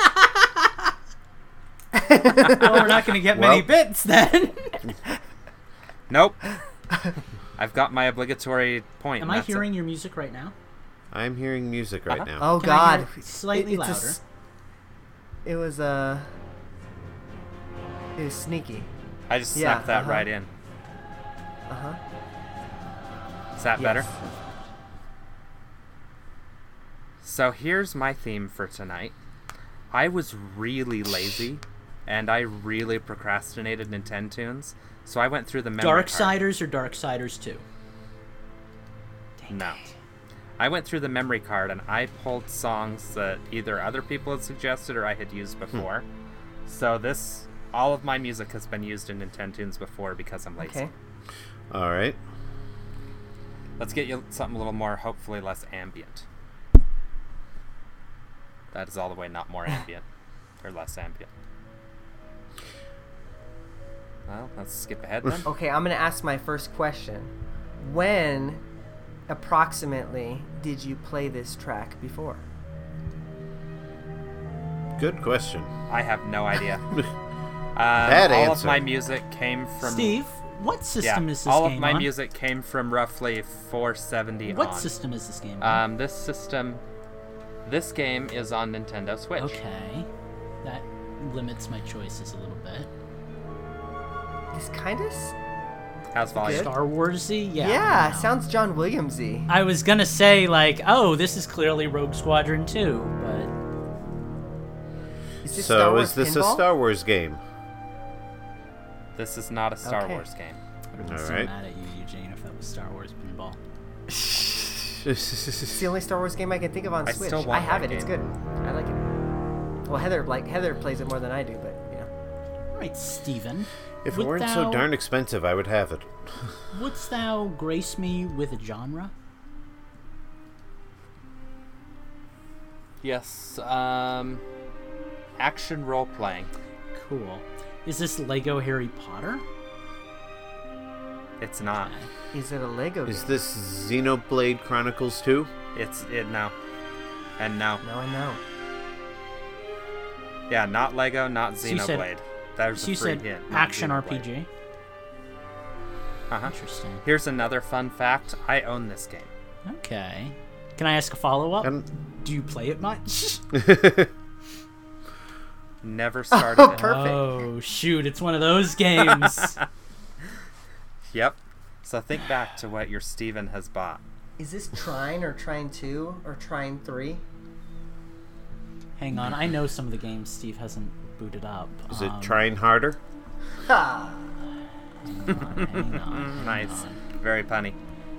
[SPEAKER 3] well, we're not going to get many
[SPEAKER 5] Well-
[SPEAKER 3] bits then.
[SPEAKER 4] [LAUGHS] Nope. [LAUGHS] I've got my obligatory point.
[SPEAKER 3] Am
[SPEAKER 4] and
[SPEAKER 3] I
[SPEAKER 4] that's it.
[SPEAKER 3] hearing your music right now?
[SPEAKER 5] I'm hearing music right now.
[SPEAKER 2] Oh
[SPEAKER 3] Can I
[SPEAKER 2] God!
[SPEAKER 3] hear it slightly
[SPEAKER 2] a s- it was Uh, it was sneaky.
[SPEAKER 4] I just
[SPEAKER 2] Yeah,
[SPEAKER 4] snapped that
[SPEAKER 2] uh-huh.
[SPEAKER 4] right in.
[SPEAKER 2] Uh huh.
[SPEAKER 4] Is that better?
[SPEAKER 2] Yes.
[SPEAKER 4] So here's my theme for tonight. I was really lazy, and I really procrastinated Nintendo tunes. So I went through the memory
[SPEAKER 3] Dark
[SPEAKER 4] card.
[SPEAKER 3] Siders or Dark Siders Two?
[SPEAKER 4] No. I went through the memory card and I pulled songs that either other people had suggested or I had used before. So this, all of my music has been used in Nintendo tunes before because I'm lazy.
[SPEAKER 2] Okay.
[SPEAKER 5] All right.
[SPEAKER 4] Let's get you something a little more, hopefully less ambient. That is all the way
[SPEAKER 3] [LAUGHS]
[SPEAKER 4] not more ambient or less ambient. Well, let's skip ahead
[SPEAKER 3] [LAUGHS]
[SPEAKER 4] then.
[SPEAKER 2] Okay, I'm gonna ask my first question. When, approximately, did you play this track before?
[SPEAKER 5] Good question.
[SPEAKER 4] I have
[SPEAKER 3] [LAUGHS]
[SPEAKER 4] no idea. Um,
[SPEAKER 5] Bad
[SPEAKER 4] all of
[SPEAKER 5] answer.
[SPEAKER 4] my music came from
[SPEAKER 3] Steve, what system
[SPEAKER 4] yeah,
[SPEAKER 3] is this
[SPEAKER 4] all
[SPEAKER 3] game
[SPEAKER 4] of my
[SPEAKER 3] on?
[SPEAKER 4] music came from roughly 470
[SPEAKER 3] What
[SPEAKER 4] on.
[SPEAKER 3] system is this game on?
[SPEAKER 4] Um, this system, this game is on Nintendo Switch.
[SPEAKER 3] okay, that limits my choices a little bit.
[SPEAKER 2] This kind of. s-
[SPEAKER 4] How's volume?
[SPEAKER 3] Star Warsy, yeah. I
[SPEAKER 2] yeah,
[SPEAKER 3] don't know.
[SPEAKER 2] sounds John Williamsy.
[SPEAKER 3] I was gonna say like, oh, this is clearly Rogue Squadron 2, but
[SPEAKER 2] Is this Star
[SPEAKER 5] So,
[SPEAKER 2] Wars
[SPEAKER 5] is this
[SPEAKER 2] pinball?
[SPEAKER 5] a Star
[SPEAKER 2] [LAUGHS]
[SPEAKER 5] Wars game?
[SPEAKER 4] This is not a Star
[SPEAKER 2] Okay.
[SPEAKER 4] Wars game.
[SPEAKER 3] I would have been
[SPEAKER 5] All
[SPEAKER 3] so
[SPEAKER 5] right.
[SPEAKER 3] mad at you, Eugene, if that was Star Wars pinball.
[SPEAKER 2] It's the only Star Wars game I can think of on
[SPEAKER 4] I
[SPEAKER 2] Switch.
[SPEAKER 4] still want
[SPEAKER 2] I have it.
[SPEAKER 4] that
[SPEAKER 2] It's good.
[SPEAKER 4] game.
[SPEAKER 2] I like it. Well, Heather like Heather plays it more than I do, but you know.
[SPEAKER 3] All right, Steven.
[SPEAKER 5] If it
[SPEAKER 3] wouldst
[SPEAKER 5] weren't
[SPEAKER 3] thou-
[SPEAKER 5] so darn expensive, I would have it.
[SPEAKER 3] Wouldst thou grace me with a genre?
[SPEAKER 4] Yes. Um, action role playing.
[SPEAKER 3] Cool. Is this Lego Harry Potter?
[SPEAKER 4] It's not.
[SPEAKER 2] Is it a Lego
[SPEAKER 5] Is
[SPEAKER 2] game?
[SPEAKER 5] this Xenoblade Chronicles 2?
[SPEAKER 4] It's it no. And no.
[SPEAKER 2] No, I know.
[SPEAKER 4] Yeah, not Lego, not
[SPEAKER 3] So you
[SPEAKER 4] Xenoblade.
[SPEAKER 3] said-
[SPEAKER 4] There's
[SPEAKER 3] So you
[SPEAKER 4] a free
[SPEAKER 3] said
[SPEAKER 4] hint. not
[SPEAKER 3] action
[SPEAKER 4] Xenoblade.
[SPEAKER 3] RPG.
[SPEAKER 4] Uh-huh.
[SPEAKER 3] Interesting.
[SPEAKER 4] Here's another fun fact. I own this game.
[SPEAKER 3] Okay. Can I ask a follow up?
[SPEAKER 5] And
[SPEAKER 3] Do you play it
[SPEAKER 5] [LAUGHS]
[SPEAKER 3] much? [LAUGHS]
[SPEAKER 4] Never started
[SPEAKER 2] [LAUGHS]
[SPEAKER 4] it.
[SPEAKER 2] Perfect.
[SPEAKER 3] Oh shoot! It's one of those
[SPEAKER 5] [LAUGHS]
[SPEAKER 3] games.
[SPEAKER 4] Yep. So think back to what your Steven has bought.
[SPEAKER 2] Is this Trine or Trine Two or Trine Three?
[SPEAKER 3] Hang on, I know some of the games Steve hasn't booted up.
[SPEAKER 5] is it
[SPEAKER 3] Um,
[SPEAKER 5] trying harder?
[SPEAKER 2] Ha!
[SPEAKER 3] hang on.
[SPEAKER 4] Nice. Very punny.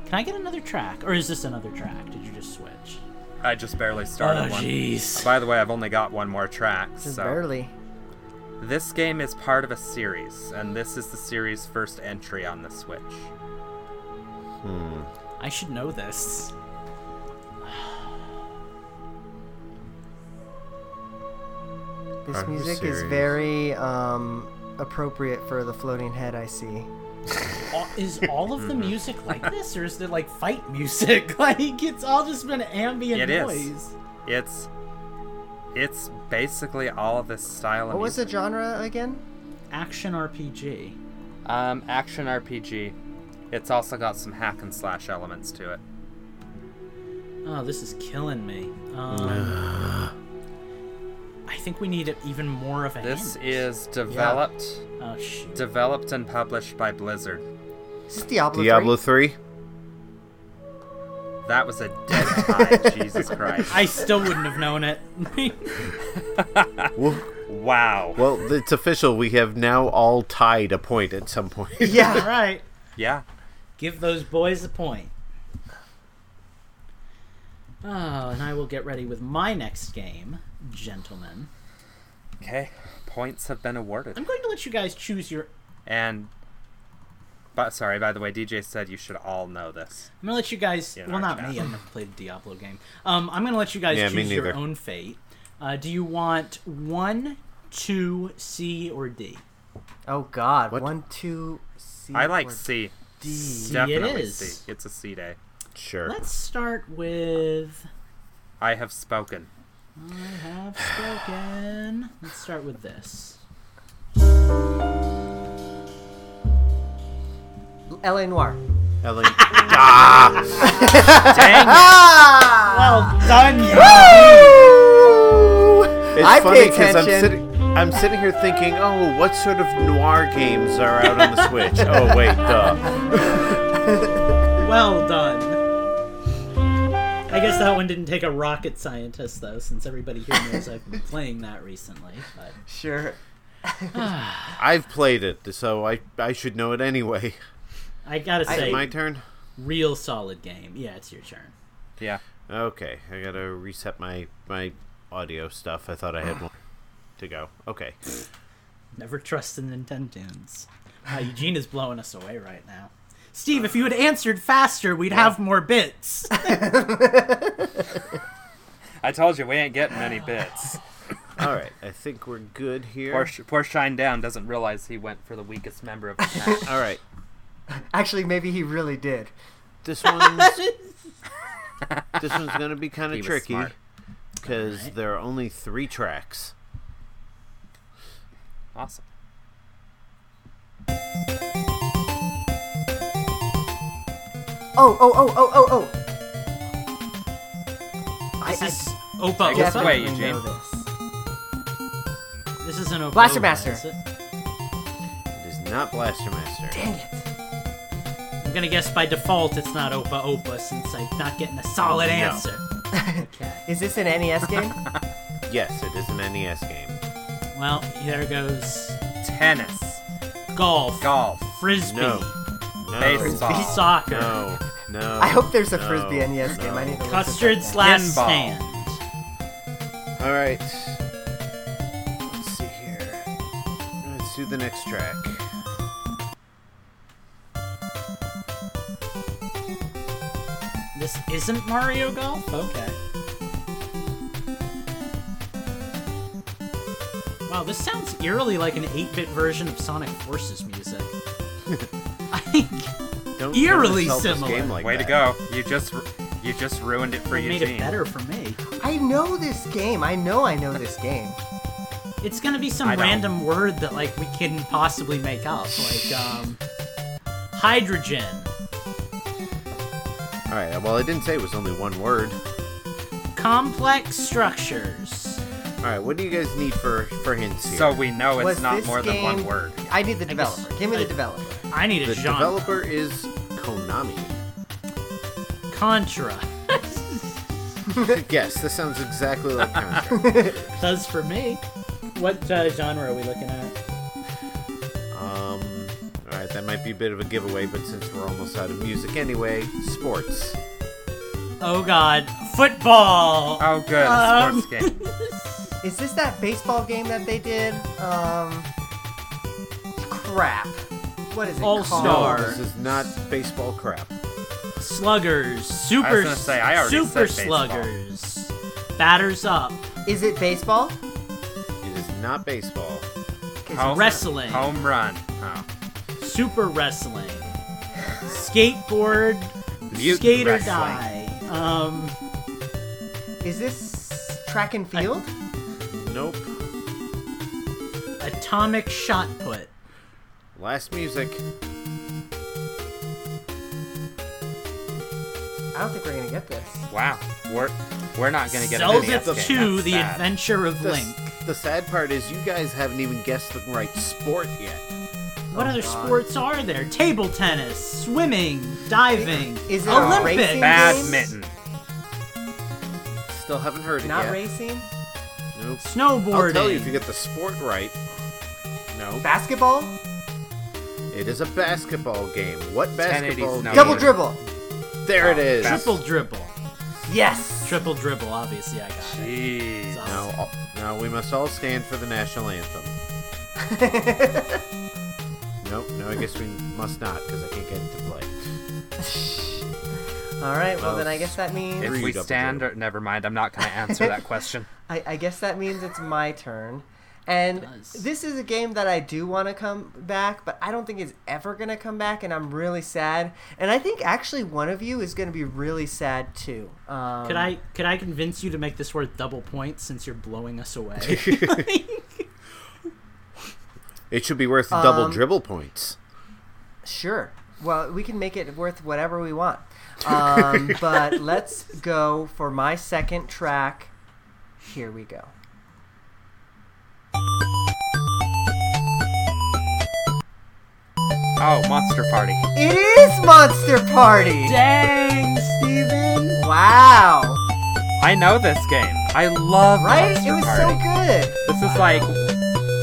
[SPEAKER 3] Can I get another track, or is this another track? Did you just switch? Oh,
[SPEAKER 4] I just barely started one.
[SPEAKER 3] jeez.
[SPEAKER 4] By the way, I've only got one more track,
[SPEAKER 2] Just
[SPEAKER 4] so
[SPEAKER 2] barely.
[SPEAKER 4] This game is part of a series, and this is the series' first entry on the Switch.
[SPEAKER 3] I should know this.
[SPEAKER 2] This
[SPEAKER 5] Aren't you
[SPEAKER 2] music is
[SPEAKER 5] serious?
[SPEAKER 2] very um, appropriate for the floating head I see.
[SPEAKER 3] All,
[SPEAKER 4] [LAUGHS]
[SPEAKER 3] is all of the music like this, or is there like fight music? [LAUGHS] Like it's all just been ambient
[SPEAKER 4] It is.
[SPEAKER 3] noise.
[SPEAKER 4] It's it's basically all of this style of
[SPEAKER 2] What was
[SPEAKER 4] music.
[SPEAKER 2] the genre again?
[SPEAKER 3] Action RPG.
[SPEAKER 4] Um, action RPG. It's also got some hack and slash elements to it.
[SPEAKER 3] Oh, this is killing me. Um,
[SPEAKER 4] [SIGHS]
[SPEAKER 3] I think we need even more of a
[SPEAKER 4] This
[SPEAKER 3] hint.
[SPEAKER 4] is developed
[SPEAKER 3] Oh shoot.
[SPEAKER 4] developed and published by Blizzard.
[SPEAKER 2] Is this Diablo?
[SPEAKER 5] Diablo
[SPEAKER 2] 3?
[SPEAKER 5] 3?
[SPEAKER 4] That was a dead tie, Jesus Christ.
[SPEAKER 3] I still wouldn't have known it. [LAUGHS]
[SPEAKER 5] Well,
[SPEAKER 4] Wow.
[SPEAKER 5] well, it's official. We have now all tied a point at
[SPEAKER 2] [LAUGHS]
[SPEAKER 5] some point.
[SPEAKER 3] All
[SPEAKER 5] [LAUGHS]
[SPEAKER 2] Yeah.
[SPEAKER 3] right.
[SPEAKER 4] Yeah.
[SPEAKER 3] Give those boys a point. Oh, and I will get ready with my next game, gentlemen.
[SPEAKER 4] Okay. Points have been awarded.
[SPEAKER 3] I'm going to let you guys choose your.
[SPEAKER 4] And But sorry, by the way, DJ said you should all know this.
[SPEAKER 3] I'm gonna let you guys.
[SPEAKER 4] In
[SPEAKER 3] well,
[SPEAKER 4] our
[SPEAKER 3] not
[SPEAKER 4] chat.
[SPEAKER 3] me. I've never played a Diablo game. Um, I'm gonna let you guys
[SPEAKER 5] Yeah, me
[SPEAKER 3] choose your
[SPEAKER 5] neither.
[SPEAKER 3] own fate. Uh, do you want one, two, C, or D?
[SPEAKER 2] Oh God.
[SPEAKER 5] What?
[SPEAKER 2] One, two, C.
[SPEAKER 4] I like
[SPEAKER 2] or
[SPEAKER 4] C.
[SPEAKER 2] D.
[SPEAKER 4] Mm, Definitely
[SPEAKER 3] is.
[SPEAKER 4] C. It's a C day.
[SPEAKER 5] Sure.
[SPEAKER 3] Let's start with.
[SPEAKER 4] I have spoken.
[SPEAKER 3] I have spoken. Let's start with this.
[SPEAKER 2] L.A. Noir. [LAUGHS]
[SPEAKER 5] Ellen. ah!
[SPEAKER 4] Dang! it!
[SPEAKER 3] Well done.
[SPEAKER 5] It's
[SPEAKER 2] I
[SPEAKER 5] funny
[SPEAKER 2] pay
[SPEAKER 5] because I'm
[SPEAKER 2] attention.
[SPEAKER 5] sitting, I'm sitting here thinking, oh, what sort of noir games are out on the Switch? oh,
[SPEAKER 2] [LAUGHS]
[SPEAKER 5] wait, duh.
[SPEAKER 3] Well done. I guess that one didn't take a rocket scientist though, since everybody here knows I've [LAUGHS] been playing that recently. But
[SPEAKER 2] Sure.
[SPEAKER 5] I've played it, so I, I should know it anyway.
[SPEAKER 3] I gotta
[SPEAKER 5] Is
[SPEAKER 3] say,
[SPEAKER 5] it my turn?
[SPEAKER 3] real solid game. Yeah, it's your turn.
[SPEAKER 4] Yeah.
[SPEAKER 5] Okay, I gotta reset my, my audio stuff. I thought
[SPEAKER 2] [SIGHS]
[SPEAKER 5] I had one to go. Okay.
[SPEAKER 3] Never trust the [LAUGHS] Nintendoans. Uh, Eugene is blowing us away right now. Steve, if you had answered faster, we'd have more bits.
[SPEAKER 4] I told you we ain't getting many bits.
[SPEAKER 5] All right, I think we're good here.
[SPEAKER 4] poor, Sh- poor Shine Down doesn't realize he went for the weakest member of the pack.
[SPEAKER 5] All right,
[SPEAKER 2] Actually, maybe he really did.
[SPEAKER 5] this one's
[SPEAKER 2] [LAUGHS]
[SPEAKER 5] this one's gonna be kind
[SPEAKER 4] He
[SPEAKER 5] of
[SPEAKER 4] was
[SPEAKER 5] tricky
[SPEAKER 4] smart.
[SPEAKER 5] because there are only three tracks.
[SPEAKER 4] awesome.
[SPEAKER 2] Oh, oh, oh, oh, oh, oh. I,
[SPEAKER 3] [LAUGHS] this is
[SPEAKER 2] I
[SPEAKER 3] Opa
[SPEAKER 4] guess
[SPEAKER 3] Opa.
[SPEAKER 4] wait.
[SPEAKER 2] definitely
[SPEAKER 4] Eugene?
[SPEAKER 2] know this.
[SPEAKER 3] This is an Opa
[SPEAKER 2] Blaster
[SPEAKER 3] Opa,
[SPEAKER 2] Master.
[SPEAKER 3] is it?
[SPEAKER 5] It is not Blaster Master.
[SPEAKER 2] Dang it.
[SPEAKER 3] I'm gonna guess by default it's not Opa Opa since I'm not getting a solid
[SPEAKER 5] No.
[SPEAKER 3] answer. okay.
[SPEAKER 2] Is this an NES game?
[SPEAKER 5] Yes, it is an NES game.
[SPEAKER 3] Well, there goes
[SPEAKER 4] Tennis,
[SPEAKER 3] golf,
[SPEAKER 4] golf,
[SPEAKER 3] frisbee,
[SPEAKER 5] No. No.
[SPEAKER 4] baseball,
[SPEAKER 3] soccer,
[SPEAKER 5] No. No.
[SPEAKER 2] [LAUGHS] I hope there's a
[SPEAKER 5] No.
[SPEAKER 2] frisbee NES game. I need to look
[SPEAKER 3] custard
[SPEAKER 2] this up
[SPEAKER 3] slash
[SPEAKER 4] Pinball.
[SPEAKER 3] stand.
[SPEAKER 5] All right. Let's see here. Let's do the next track.
[SPEAKER 3] This isn't Mario Golf? Okay. Wow, this sounds eerily like an 8 bit version of Sonic Forces [LAUGHS] music. I think
[SPEAKER 5] Don't
[SPEAKER 3] Eerily
[SPEAKER 5] tell us this
[SPEAKER 3] similar.
[SPEAKER 5] Game like
[SPEAKER 4] Way to
[SPEAKER 5] that.
[SPEAKER 4] go! You just ru- you just ruined it for
[SPEAKER 3] it made
[SPEAKER 4] Eugene.
[SPEAKER 3] it better for me.
[SPEAKER 2] now. I know this game. I know I know this game.
[SPEAKER 3] It's gonna be
[SPEAKER 4] I
[SPEAKER 3] some
[SPEAKER 4] know.
[SPEAKER 3] random word that, like, we couldn't possibly make up. Like, um. Hydrogen.
[SPEAKER 5] All right. Well, I didn't say it was only one word.
[SPEAKER 3] Complex structures.
[SPEAKER 5] All right. What do you guys need for for hints here?
[SPEAKER 4] So we know it's
[SPEAKER 2] Was
[SPEAKER 4] not
[SPEAKER 2] this
[SPEAKER 4] more than one
[SPEAKER 2] game-
[SPEAKER 4] word.
[SPEAKER 2] I need the
[SPEAKER 3] I guess-
[SPEAKER 2] developer. Give me
[SPEAKER 3] I-
[SPEAKER 2] the developer.
[SPEAKER 3] I need a
[SPEAKER 5] the
[SPEAKER 3] genre.
[SPEAKER 5] developer is Konami.
[SPEAKER 3] Contra.
[SPEAKER 5] yes, this sounds exactly like Contra.
[SPEAKER 3] Does for me. What uh, genre are we looking at?
[SPEAKER 5] um. All right. That might be a bit of a giveaway, but since we're almost out of music anyway, sports.
[SPEAKER 3] Oh god. Football!
[SPEAKER 4] Oh, good, a
[SPEAKER 3] Um.
[SPEAKER 4] sports game.
[SPEAKER 2] Is this that baseball game that they did? Um, crap. What is it
[SPEAKER 3] All
[SPEAKER 2] called?
[SPEAKER 3] Star.
[SPEAKER 5] No, this is not baseball crap.
[SPEAKER 3] Sluggers, super,
[SPEAKER 4] gonna say, I already
[SPEAKER 3] super
[SPEAKER 4] said baseball.
[SPEAKER 3] sluggers, batters up,
[SPEAKER 2] Is it baseball?
[SPEAKER 5] It is not baseball.
[SPEAKER 2] Okay, so
[SPEAKER 4] Home,
[SPEAKER 3] wrestling.
[SPEAKER 4] Home run. Oh.
[SPEAKER 3] super wrestling, skateboard,
[SPEAKER 5] Mutant
[SPEAKER 3] skate or
[SPEAKER 5] wrestling.
[SPEAKER 3] die. Um,
[SPEAKER 2] Is this track and field?
[SPEAKER 5] Nope.
[SPEAKER 3] atomic shot put.
[SPEAKER 5] Last music.
[SPEAKER 2] I don't think we're gonna get this.
[SPEAKER 4] Wow. We're we're not gonna get
[SPEAKER 3] Zelda
[SPEAKER 4] a video game.
[SPEAKER 3] 2:
[SPEAKER 4] That's
[SPEAKER 3] The
[SPEAKER 4] sad.
[SPEAKER 3] Adventure of
[SPEAKER 5] The,
[SPEAKER 3] Link.
[SPEAKER 5] the sad part is you guys haven't even guessed the right sport yet.
[SPEAKER 3] What
[SPEAKER 2] Oh,
[SPEAKER 3] other
[SPEAKER 2] God.
[SPEAKER 3] sports are there? Table tennis, swimming, diving,
[SPEAKER 2] Is it a
[SPEAKER 3] Olympics.
[SPEAKER 2] racing
[SPEAKER 4] Badminton.
[SPEAKER 5] Still haven't heard it
[SPEAKER 2] Not
[SPEAKER 5] yet.
[SPEAKER 2] racing?
[SPEAKER 5] Nope.
[SPEAKER 3] Snowboarding.
[SPEAKER 5] I'll tell you if you get the sport right. No.
[SPEAKER 2] Basketball?
[SPEAKER 5] It is a basketball game. What
[SPEAKER 4] 1080s
[SPEAKER 5] basketball
[SPEAKER 4] no.
[SPEAKER 5] game?
[SPEAKER 2] Double dribble.
[SPEAKER 5] There it is.
[SPEAKER 3] Triple dribble.
[SPEAKER 2] Yes.
[SPEAKER 3] Triple dribble, obviously, I got it.
[SPEAKER 4] Jeez.
[SPEAKER 5] Now, all-
[SPEAKER 3] [LAUGHS]
[SPEAKER 5] now we must all stand for the national anthem. Nope. No, I guess we must not because I can't get it to play.
[SPEAKER 2] All right. Well,
[SPEAKER 5] Well,
[SPEAKER 2] then I guess that
[SPEAKER 4] If
[SPEAKER 2] means
[SPEAKER 5] Agreed,
[SPEAKER 4] we
[SPEAKER 5] Double
[SPEAKER 4] stand,
[SPEAKER 5] Trouble.
[SPEAKER 4] or, never mind. I'm not going to answer that question.
[SPEAKER 2] I, I guess that means it's my turn. And
[SPEAKER 3] does.
[SPEAKER 2] this is a game that I do want to come back, but I don't think it's ever going to come back, and I'm really sad. And I think actually one of you is going to be really sad too. Um,
[SPEAKER 3] Could I could I convince you to make this worth double points since you're blowing us away?
[SPEAKER 5] It should be worth double
[SPEAKER 2] Um,
[SPEAKER 5] dribble points.
[SPEAKER 2] Sure. Well, we can make it worth whatever we want. Um, but let's go for my second track. Here we go.
[SPEAKER 4] Oh, Monster Party.
[SPEAKER 2] It is Monster Party!
[SPEAKER 3] Dang, Steven!
[SPEAKER 2] Wow!
[SPEAKER 4] I know this game. I love
[SPEAKER 2] Right?
[SPEAKER 4] Monster
[SPEAKER 2] it was
[SPEAKER 4] Party.
[SPEAKER 2] so good!
[SPEAKER 4] This is like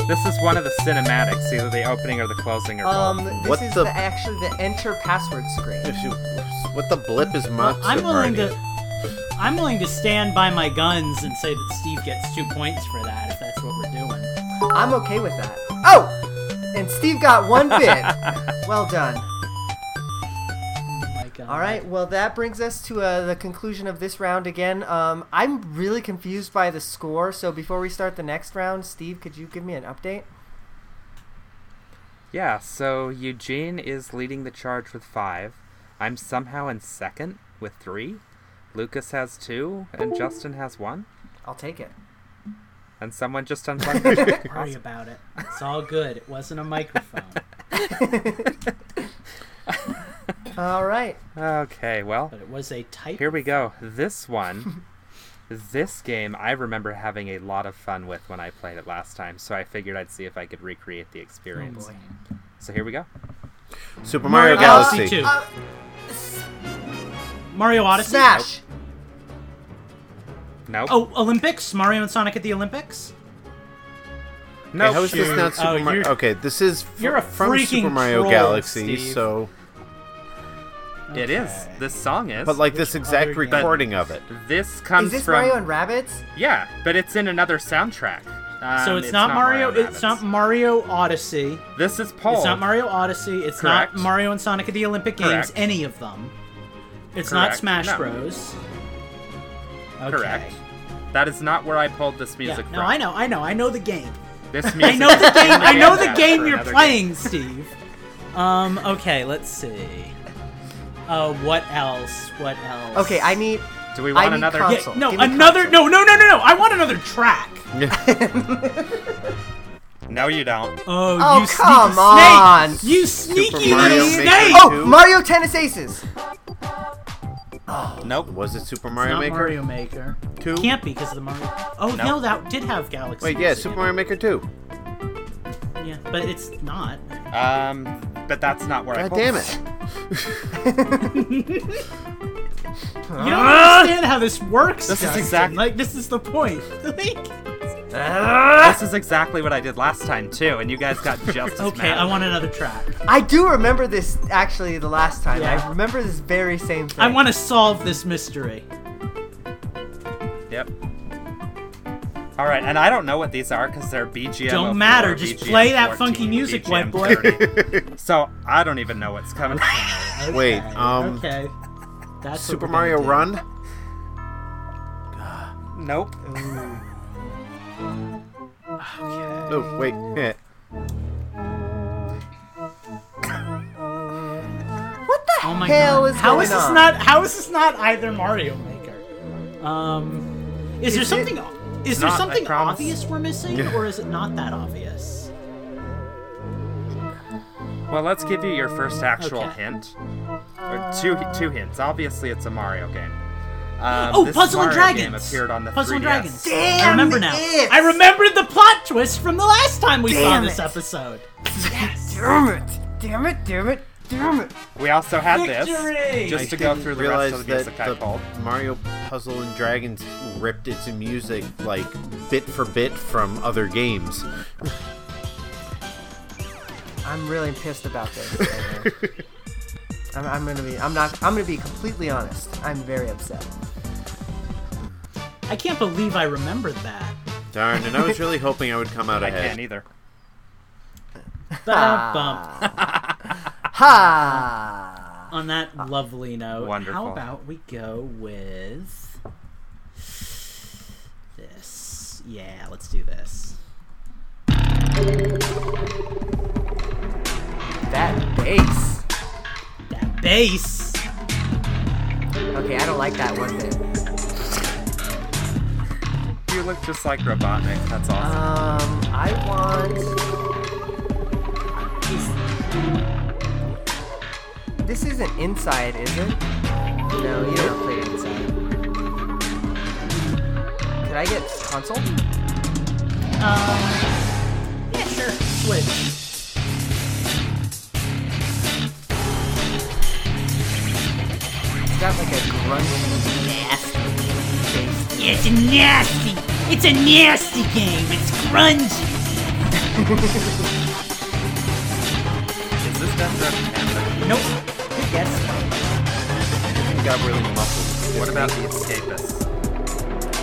[SPEAKER 4] this is one of the cinematics, either the opening or the closing or
[SPEAKER 2] Um,
[SPEAKER 4] both.
[SPEAKER 2] this
[SPEAKER 5] What
[SPEAKER 2] is
[SPEAKER 5] the-
[SPEAKER 2] the... actually the enter password screen.
[SPEAKER 5] What the blip is
[SPEAKER 3] Well,
[SPEAKER 5] monster
[SPEAKER 3] I'm willing
[SPEAKER 5] party?
[SPEAKER 3] to I'm willing to stand by my guns and say that Steve gets two points for that if that's what we're doing.
[SPEAKER 2] I'm okay with that. Oh! And Steve got
[SPEAKER 4] [LAUGHS]
[SPEAKER 2] one bid. well done.
[SPEAKER 3] Oh my God.
[SPEAKER 2] All right. Well, that brings us to uh, the conclusion of this round again. Um, I'm really confused by the score. So before we start the next round, Steve, could you give me an update?
[SPEAKER 4] Yeah, so Eugene is leading the charge with five. I'm somehow in second with three. Lucas has two, and Justin has one.
[SPEAKER 2] I'll take it.
[SPEAKER 4] And someone just unplugged their mic.
[SPEAKER 3] Don't worry about it. It's all good. It wasn't a microphone.
[SPEAKER 2] All right.
[SPEAKER 4] Okay, well,
[SPEAKER 3] But it was a type.
[SPEAKER 4] here we go. This one, this game, I remember having a lot of fun with when I played it last time, so I figured I'd see if I could recreate the experience.
[SPEAKER 3] boy.
[SPEAKER 4] so here we go.
[SPEAKER 5] Super Mario,
[SPEAKER 3] Mario
[SPEAKER 5] Galaxy.
[SPEAKER 3] Odyssey 2.
[SPEAKER 2] Uh,
[SPEAKER 3] Mario Odyssey.
[SPEAKER 2] Smash.
[SPEAKER 4] Nope.
[SPEAKER 3] Oh, Olympics. Mario and Sonic at the Olympics.
[SPEAKER 4] no.
[SPEAKER 5] Hey, how is this not Super
[SPEAKER 3] Oh,
[SPEAKER 5] Mario?
[SPEAKER 3] you're-
[SPEAKER 5] Okay, this is f-
[SPEAKER 3] you're a
[SPEAKER 5] from Super
[SPEAKER 3] freaking
[SPEAKER 5] Mario
[SPEAKER 3] troll,
[SPEAKER 5] Galaxy.
[SPEAKER 3] Steve.
[SPEAKER 5] So,
[SPEAKER 4] It is. This song is.
[SPEAKER 5] but like this exact
[SPEAKER 3] other game?
[SPEAKER 5] recording of it.
[SPEAKER 4] this comes
[SPEAKER 2] Is this
[SPEAKER 4] from
[SPEAKER 2] Mario and Rabbits?
[SPEAKER 4] Yeah, but it's in another soundtrack. Um,
[SPEAKER 3] so it's, not, Mario.
[SPEAKER 4] Rabbits.
[SPEAKER 3] it's not Mario Odyssey.
[SPEAKER 4] This is Paul.
[SPEAKER 3] It's not Mario Odyssey. It's
[SPEAKER 4] Correct.
[SPEAKER 3] not Mario and Sonic at the Olympic Games.
[SPEAKER 4] Correct.
[SPEAKER 3] Any of them. It's not
[SPEAKER 4] Correct.
[SPEAKER 3] Smash
[SPEAKER 4] No.
[SPEAKER 3] Bros. Okay.
[SPEAKER 4] Correct. That is not where I pulled this
[SPEAKER 3] Yeah.
[SPEAKER 4] music
[SPEAKER 3] No,
[SPEAKER 4] from.
[SPEAKER 3] I know. I know. I know the game.
[SPEAKER 4] This
[SPEAKER 3] [LAUGHS]
[SPEAKER 4] music
[SPEAKER 3] I know the
[SPEAKER 4] is in
[SPEAKER 3] game. I know
[SPEAKER 4] soundtrack
[SPEAKER 3] the game
[SPEAKER 4] for
[SPEAKER 3] you're
[SPEAKER 4] another
[SPEAKER 3] playing, Steve. Um. Okay. Let's see. Uh. What else? What else?
[SPEAKER 2] Okay, I need.
[SPEAKER 4] game. Do we
[SPEAKER 2] I
[SPEAKER 4] want
[SPEAKER 2] need
[SPEAKER 4] another?
[SPEAKER 2] con-
[SPEAKER 3] Yeah,
[SPEAKER 2] console.
[SPEAKER 3] no.
[SPEAKER 2] Give me
[SPEAKER 3] Another.
[SPEAKER 2] console.
[SPEAKER 3] No. No. No. No. No. I want another track.
[SPEAKER 4] No, you don't.
[SPEAKER 3] Oh.
[SPEAKER 2] Oh,
[SPEAKER 3] you
[SPEAKER 2] come
[SPEAKER 3] sneaky
[SPEAKER 2] on.
[SPEAKER 3] Snake. You sneaky
[SPEAKER 5] Mario
[SPEAKER 3] little
[SPEAKER 5] Maker
[SPEAKER 3] snake.
[SPEAKER 5] two.
[SPEAKER 2] Oh,
[SPEAKER 5] Two.
[SPEAKER 2] Mario Tennis Aces.
[SPEAKER 3] Oh.
[SPEAKER 4] Nope.
[SPEAKER 5] Was it Super
[SPEAKER 3] It's
[SPEAKER 5] Mario
[SPEAKER 3] not
[SPEAKER 5] Maker
[SPEAKER 3] Mario Maker.
[SPEAKER 5] Two?
[SPEAKER 3] Can't be because of the Mario. Oh
[SPEAKER 4] No.
[SPEAKER 3] no. that did have Galaxy.
[SPEAKER 5] Wait, yeah,
[SPEAKER 3] music
[SPEAKER 5] Super
[SPEAKER 3] in
[SPEAKER 5] Mario Maker Two.
[SPEAKER 3] it. Yeah, but it's not.
[SPEAKER 4] Um, but that's not where I
[SPEAKER 5] God
[SPEAKER 4] pulled.
[SPEAKER 5] damn
[SPEAKER 4] this.
[SPEAKER 5] it!
[SPEAKER 3] You don't understand how this works.
[SPEAKER 4] This is
[SPEAKER 3] Justin.
[SPEAKER 4] exact-
[SPEAKER 3] Like this is the point. [LAUGHS] Like,
[SPEAKER 4] This is exactly what I did last time too, and you guys got just
[SPEAKER 3] [LAUGHS]
[SPEAKER 4] as
[SPEAKER 3] okay,
[SPEAKER 4] mad.
[SPEAKER 3] I want another track.
[SPEAKER 2] I do remember this actually the last time.
[SPEAKER 3] Yeah.
[SPEAKER 2] I remember this very same thing.
[SPEAKER 3] I want to solve this mystery.
[SPEAKER 4] Yep. All right, and I don't know what these are because they're BGM.
[SPEAKER 3] Don't matter,
[SPEAKER 4] 04,
[SPEAKER 3] just
[SPEAKER 4] BGM
[SPEAKER 3] play that funky
[SPEAKER 4] 14,
[SPEAKER 3] music,
[SPEAKER 4] BGM
[SPEAKER 3] white boy.
[SPEAKER 5] [LAUGHS]
[SPEAKER 4] 30. so I don't even know what's coming.
[SPEAKER 3] [LAUGHS]
[SPEAKER 5] Wait,
[SPEAKER 3] Okay,
[SPEAKER 5] um,
[SPEAKER 3] Okay. That's what
[SPEAKER 5] Super
[SPEAKER 3] we're gonna
[SPEAKER 5] Mario
[SPEAKER 3] do.
[SPEAKER 5] Run.
[SPEAKER 4] nope.
[SPEAKER 5] Oh wait, eh.
[SPEAKER 2] What the
[SPEAKER 3] Oh my
[SPEAKER 2] hell
[SPEAKER 3] god.
[SPEAKER 2] is
[SPEAKER 3] how
[SPEAKER 2] going
[SPEAKER 3] is this
[SPEAKER 2] on?
[SPEAKER 3] not? How is this not either Mario Maker? Um, is, there
[SPEAKER 2] it-
[SPEAKER 3] something? Is there
[SPEAKER 4] not, I
[SPEAKER 3] something
[SPEAKER 4] promise.
[SPEAKER 3] obvious we're missing, or is it not that obvious?
[SPEAKER 4] Well, let's give you your first actual
[SPEAKER 3] Okay.
[SPEAKER 4] hint. Or two two hints. Obviously, it's a Mario game. Um,
[SPEAKER 3] Oh,
[SPEAKER 4] this
[SPEAKER 3] Puzzle and
[SPEAKER 4] Mario game
[SPEAKER 3] Dragons!
[SPEAKER 4] appeared on the
[SPEAKER 3] Puzzle
[SPEAKER 4] 3DS.
[SPEAKER 3] and Dragons.
[SPEAKER 2] Damn
[SPEAKER 3] I remember now.
[SPEAKER 2] it.
[SPEAKER 3] I remembered the plot twist from the last time we
[SPEAKER 2] Damn
[SPEAKER 3] saw this
[SPEAKER 2] it.
[SPEAKER 3] episode.
[SPEAKER 2] Damn it! Damn it! Damn it! Damn it!
[SPEAKER 4] We also had
[SPEAKER 3] Victory!
[SPEAKER 4] this just
[SPEAKER 3] I
[SPEAKER 5] [LAUGHS]
[SPEAKER 4] to go through the
[SPEAKER 5] Realize
[SPEAKER 4] rest of the
[SPEAKER 5] that
[SPEAKER 4] music I pulled.
[SPEAKER 5] the Mario Puzzle and Dragons ripped its music like bit for bit from other games.
[SPEAKER 2] I'm really pissed about this. [LAUGHS] right now. I'm, I'm gonna be. I'm not. I'm gonna be completely honest. I'm very upset.
[SPEAKER 3] I can't believe I remembered that.
[SPEAKER 5] Darn, and I was really hoping I would come out
[SPEAKER 4] [LAUGHS] I
[SPEAKER 5] ahead.
[SPEAKER 4] can't either.
[SPEAKER 3] Ba-dum-bum.
[SPEAKER 2] [LAUGHS] Ha!
[SPEAKER 3] On that lovely note,
[SPEAKER 4] Wonderful.
[SPEAKER 3] how about we go with this? Yeah, let's do this.
[SPEAKER 2] That bass.
[SPEAKER 3] That bass.
[SPEAKER 2] Okay, I don't like that one bit.
[SPEAKER 4] You look just like Robotnik. That's
[SPEAKER 3] Uh.
[SPEAKER 4] awesome.
[SPEAKER 2] Um, I want. This isn't inside, is it? No, you don't play inside. Could I get console?
[SPEAKER 3] Um, Yeah, sure. Switch.
[SPEAKER 2] It's got like a grungy, nasty bass.
[SPEAKER 3] It's nasty. It's a nasty game. It's grungy.
[SPEAKER 4] Is this Death Row Canada?
[SPEAKER 3] Nope.
[SPEAKER 2] Good guess.
[SPEAKER 5] It got really muffled.
[SPEAKER 4] What about The Escapists?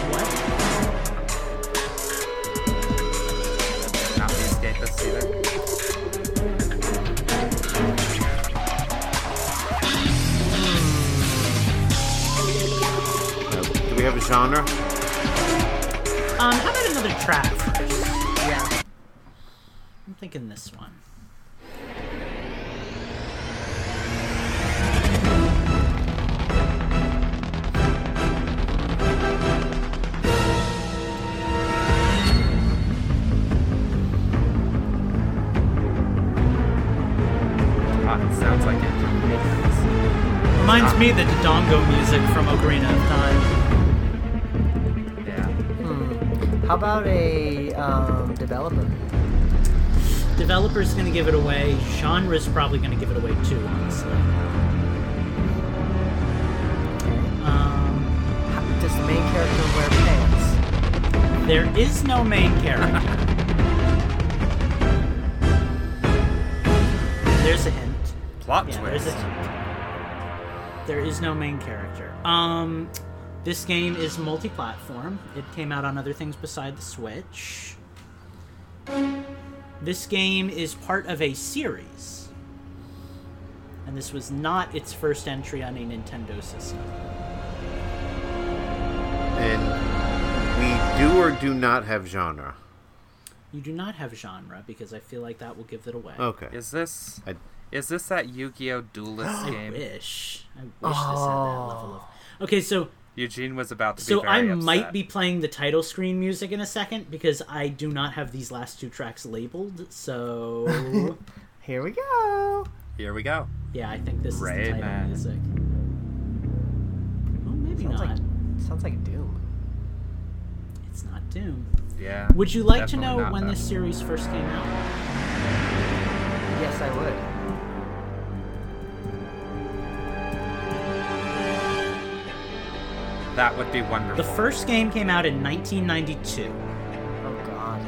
[SPEAKER 3] What?
[SPEAKER 4] Not The Escapists either.
[SPEAKER 5] Do we have a genre?
[SPEAKER 3] Um, how about another track first?
[SPEAKER 2] Yeah.
[SPEAKER 3] I'm thinking this one.
[SPEAKER 4] Ah, it sounds like it.
[SPEAKER 3] Reminds me of the Dodongo music from Ocarina of Time.
[SPEAKER 4] Yeah.
[SPEAKER 2] How about a um, developer?
[SPEAKER 3] Developer's gonna give it away. Genre's probably gonna give it away too, honestly. Um,
[SPEAKER 2] How- Does the main character wear pants?
[SPEAKER 3] there is no main character. There's a hint.
[SPEAKER 4] Plot
[SPEAKER 3] Yeah, there's
[SPEAKER 4] twist.
[SPEAKER 3] a hint. There is no main character. Um, this game is multi-platform. It came out on other things beside the Switch. This game is part of a series. And this was not its first entry on a Nintendo system.
[SPEAKER 5] And we do or do not have genre.
[SPEAKER 3] You do not have genre because I feel like that will give it away.
[SPEAKER 5] Okay.
[SPEAKER 4] Is this
[SPEAKER 5] I-
[SPEAKER 4] is this that Yu-Gi-Oh! Duelist
[SPEAKER 3] I
[SPEAKER 4] game?
[SPEAKER 3] wish. I wish this
[SPEAKER 2] Oh.
[SPEAKER 3] had that level of. Okay, so
[SPEAKER 4] Eugene was about to
[SPEAKER 3] so
[SPEAKER 4] be
[SPEAKER 3] I
[SPEAKER 4] very
[SPEAKER 3] might
[SPEAKER 4] upset.
[SPEAKER 3] be playing the title screen music in a second because I do not have these last two tracks labeled. So
[SPEAKER 2] [LAUGHS] Here we go.
[SPEAKER 4] Here we go.
[SPEAKER 3] yeah, I think this is the title
[SPEAKER 4] Rayman.
[SPEAKER 3] music. Oh, maybe
[SPEAKER 2] Sounds
[SPEAKER 3] not.
[SPEAKER 2] like sounds like Doom.
[SPEAKER 3] It's not Doom.
[SPEAKER 4] Yeah.
[SPEAKER 3] Would you like to
[SPEAKER 4] Definitely
[SPEAKER 3] know
[SPEAKER 4] not
[SPEAKER 3] when
[SPEAKER 4] that.
[SPEAKER 3] this series first came out?
[SPEAKER 2] Yes, I would.
[SPEAKER 4] That would be wonderful.
[SPEAKER 3] The first game came out in 1992.
[SPEAKER 2] Oh God.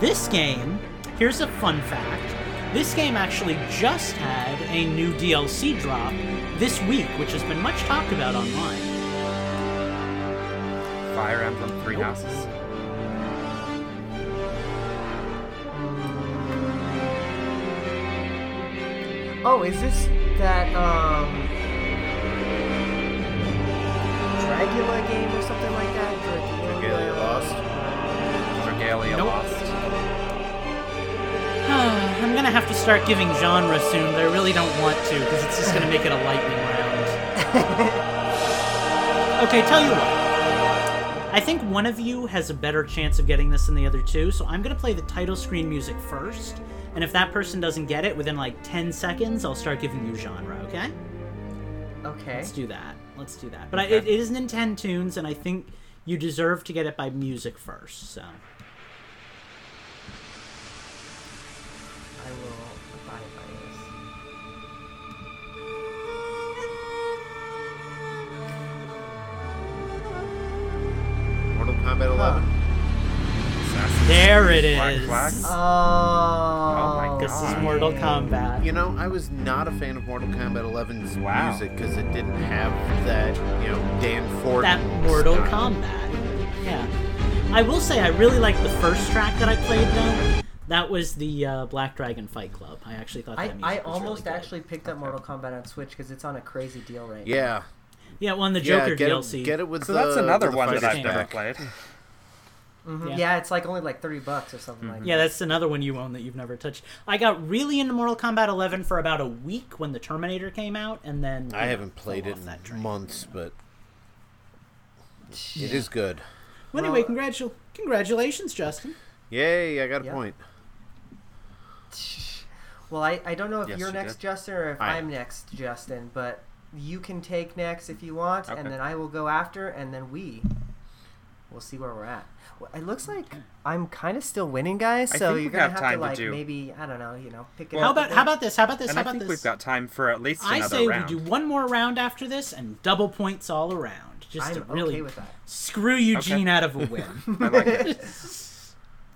[SPEAKER 3] This game, here's a fun fact. This game actually just had a new DLC drop this week, which has been much talked about online. [SIGHS]
[SPEAKER 4] Fire Emblem Three Houses.
[SPEAKER 2] Oh, is this that um Dragula game or something like that? Dragula,
[SPEAKER 5] Dragula Lost?
[SPEAKER 4] Dragalia
[SPEAKER 3] Nope.
[SPEAKER 4] Lost.
[SPEAKER 3] I'm gonna have to start giving genre soon, but I really don't want to because it's just gonna make it a lightning round. okay, tell you what. I think one of you has a better chance of getting this than the other two, so I'm gonna play the title screen music first, and if that person doesn't get it within like 10 seconds, I'll start giving you genre, okay?
[SPEAKER 2] Okay.
[SPEAKER 3] Let's do that. Let's do that. But I, it, it is Nintendo tunes, and I think you deserve to get it by music first. So
[SPEAKER 2] I will abide by
[SPEAKER 5] Mortal Kombat 11.
[SPEAKER 4] Assassin's
[SPEAKER 3] there it
[SPEAKER 4] Black
[SPEAKER 3] is.
[SPEAKER 4] Flag.
[SPEAKER 2] this. Oh, Uh,
[SPEAKER 4] Oh my
[SPEAKER 3] This is
[SPEAKER 4] God.
[SPEAKER 3] Mortal Kombat.
[SPEAKER 5] You know, I was not a fan of Mortal Kombat 11's
[SPEAKER 4] Wow.
[SPEAKER 5] music because it didn't have that, you know, Dan Ford.
[SPEAKER 3] that Mortal
[SPEAKER 5] style.
[SPEAKER 3] Kombat. Yeah. I will say I really like the first track that I played though. That was the uh, Black Dragon Fight Club. I actually thought that
[SPEAKER 2] I,
[SPEAKER 3] music
[SPEAKER 2] I
[SPEAKER 3] was really
[SPEAKER 2] almost
[SPEAKER 3] good.
[SPEAKER 2] actually picked up Mortal Kombat on Switch because it's on a crazy deal right now.
[SPEAKER 5] Yeah.
[SPEAKER 3] yeah won the
[SPEAKER 5] Yeah,
[SPEAKER 3] Joker
[SPEAKER 5] get
[SPEAKER 3] DLC.
[SPEAKER 5] it, get it with
[SPEAKER 4] So
[SPEAKER 5] the
[SPEAKER 4] that's another
[SPEAKER 5] with the
[SPEAKER 4] one that
[SPEAKER 5] fighter
[SPEAKER 4] I've never
[SPEAKER 5] pack.
[SPEAKER 4] played.
[SPEAKER 2] Mhm.
[SPEAKER 3] Yeah.
[SPEAKER 2] Yeah. it's like only like thirty bucks or something like that.
[SPEAKER 3] Yeah, that's another one you own that you've never touched. I got really into Mortal Kombat 11 for about a week when the Terminator came out, and then
[SPEAKER 5] I haven't played
[SPEAKER 3] fell
[SPEAKER 5] it
[SPEAKER 3] off
[SPEAKER 5] in
[SPEAKER 3] that train.
[SPEAKER 5] months, but it is good.
[SPEAKER 3] Well, anyway, congratu- congratulations, Justin.
[SPEAKER 5] Yay! I got a
[SPEAKER 2] Yeah.
[SPEAKER 5] point.
[SPEAKER 2] Well, I, I don't know if
[SPEAKER 4] Yes,
[SPEAKER 2] you're
[SPEAKER 4] you
[SPEAKER 2] next,
[SPEAKER 4] did.
[SPEAKER 2] Justin, or if
[SPEAKER 5] I
[SPEAKER 2] I'm
[SPEAKER 5] am.
[SPEAKER 2] next, Justin, but you can take next if you want,
[SPEAKER 4] Okay.
[SPEAKER 2] and then I will go after, and then we will see where we're at. Well, it looks like I'm kind of still winning, guys.
[SPEAKER 4] I
[SPEAKER 2] So
[SPEAKER 4] think we
[SPEAKER 2] you're gonna
[SPEAKER 4] have
[SPEAKER 2] have,
[SPEAKER 4] time
[SPEAKER 2] to
[SPEAKER 4] to
[SPEAKER 2] like
[SPEAKER 4] do-
[SPEAKER 2] maybe I don't know, you know, pick it
[SPEAKER 4] Well,
[SPEAKER 3] How
[SPEAKER 2] up.
[SPEAKER 3] about how about this? How about this?
[SPEAKER 4] And
[SPEAKER 3] how
[SPEAKER 4] I
[SPEAKER 3] about
[SPEAKER 4] think
[SPEAKER 3] this?
[SPEAKER 4] we've got time for at least
[SPEAKER 3] I
[SPEAKER 4] another
[SPEAKER 3] say
[SPEAKER 4] round.
[SPEAKER 3] we do one more round after this and double points all around, just
[SPEAKER 2] I'm
[SPEAKER 3] to really
[SPEAKER 2] okay with that.
[SPEAKER 3] screw Eugene out of a
[SPEAKER 4] [LAUGHS]
[SPEAKER 3] win.
[SPEAKER 4] I like it.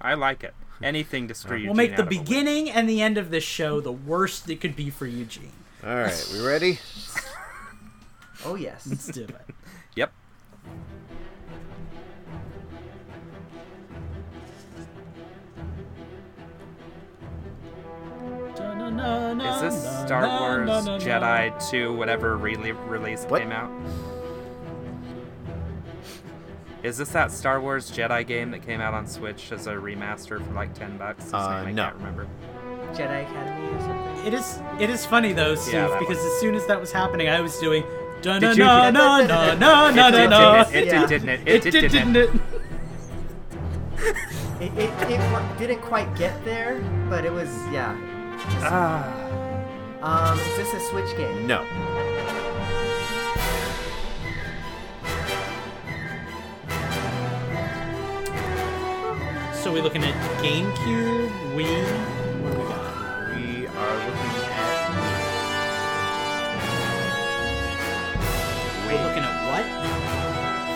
[SPEAKER 4] I like it. Anything to screw you.
[SPEAKER 3] we'll make the beginning and the end of this show the worst it could be for Eugene.
[SPEAKER 5] All right, we ready?
[SPEAKER 2] Oh yes.
[SPEAKER 3] [LAUGHS] Let's do
[SPEAKER 4] [LAUGHS]
[SPEAKER 3] it.
[SPEAKER 4] Yep. Is this Star Wars Jedi 2, whatever re- release
[SPEAKER 5] What?
[SPEAKER 4] came out? Is this that Star Wars Jedi game that came out on Switch as a remaster for like 10 bucks? Its
[SPEAKER 5] Uh,
[SPEAKER 4] name I
[SPEAKER 5] no.
[SPEAKER 4] can't remember.
[SPEAKER 2] Jedi Academy or something.
[SPEAKER 3] It is it is funny though, Steve,
[SPEAKER 4] that
[SPEAKER 3] because
[SPEAKER 4] one.
[SPEAKER 3] as soon as that was happening, I was doing na na
[SPEAKER 4] Did you-
[SPEAKER 3] na na na
[SPEAKER 4] [LAUGHS]
[SPEAKER 3] na
[SPEAKER 4] It
[SPEAKER 3] na
[SPEAKER 4] did,
[SPEAKER 3] na.
[SPEAKER 4] didn't it? It
[SPEAKER 2] Yeah.
[SPEAKER 4] did, didn't it?
[SPEAKER 3] It
[SPEAKER 4] It
[SPEAKER 3] did,
[SPEAKER 4] did,
[SPEAKER 3] didn't
[SPEAKER 4] didn't it?
[SPEAKER 3] it?
[SPEAKER 2] It, it, it wa- didn't quite get there, but it was yeah.
[SPEAKER 4] Ah,
[SPEAKER 2] Um, is this a Switch game?
[SPEAKER 5] No.
[SPEAKER 3] So we're looking at GameCube, Wii. What do we got?
[SPEAKER 5] We are looking at
[SPEAKER 3] We're looking at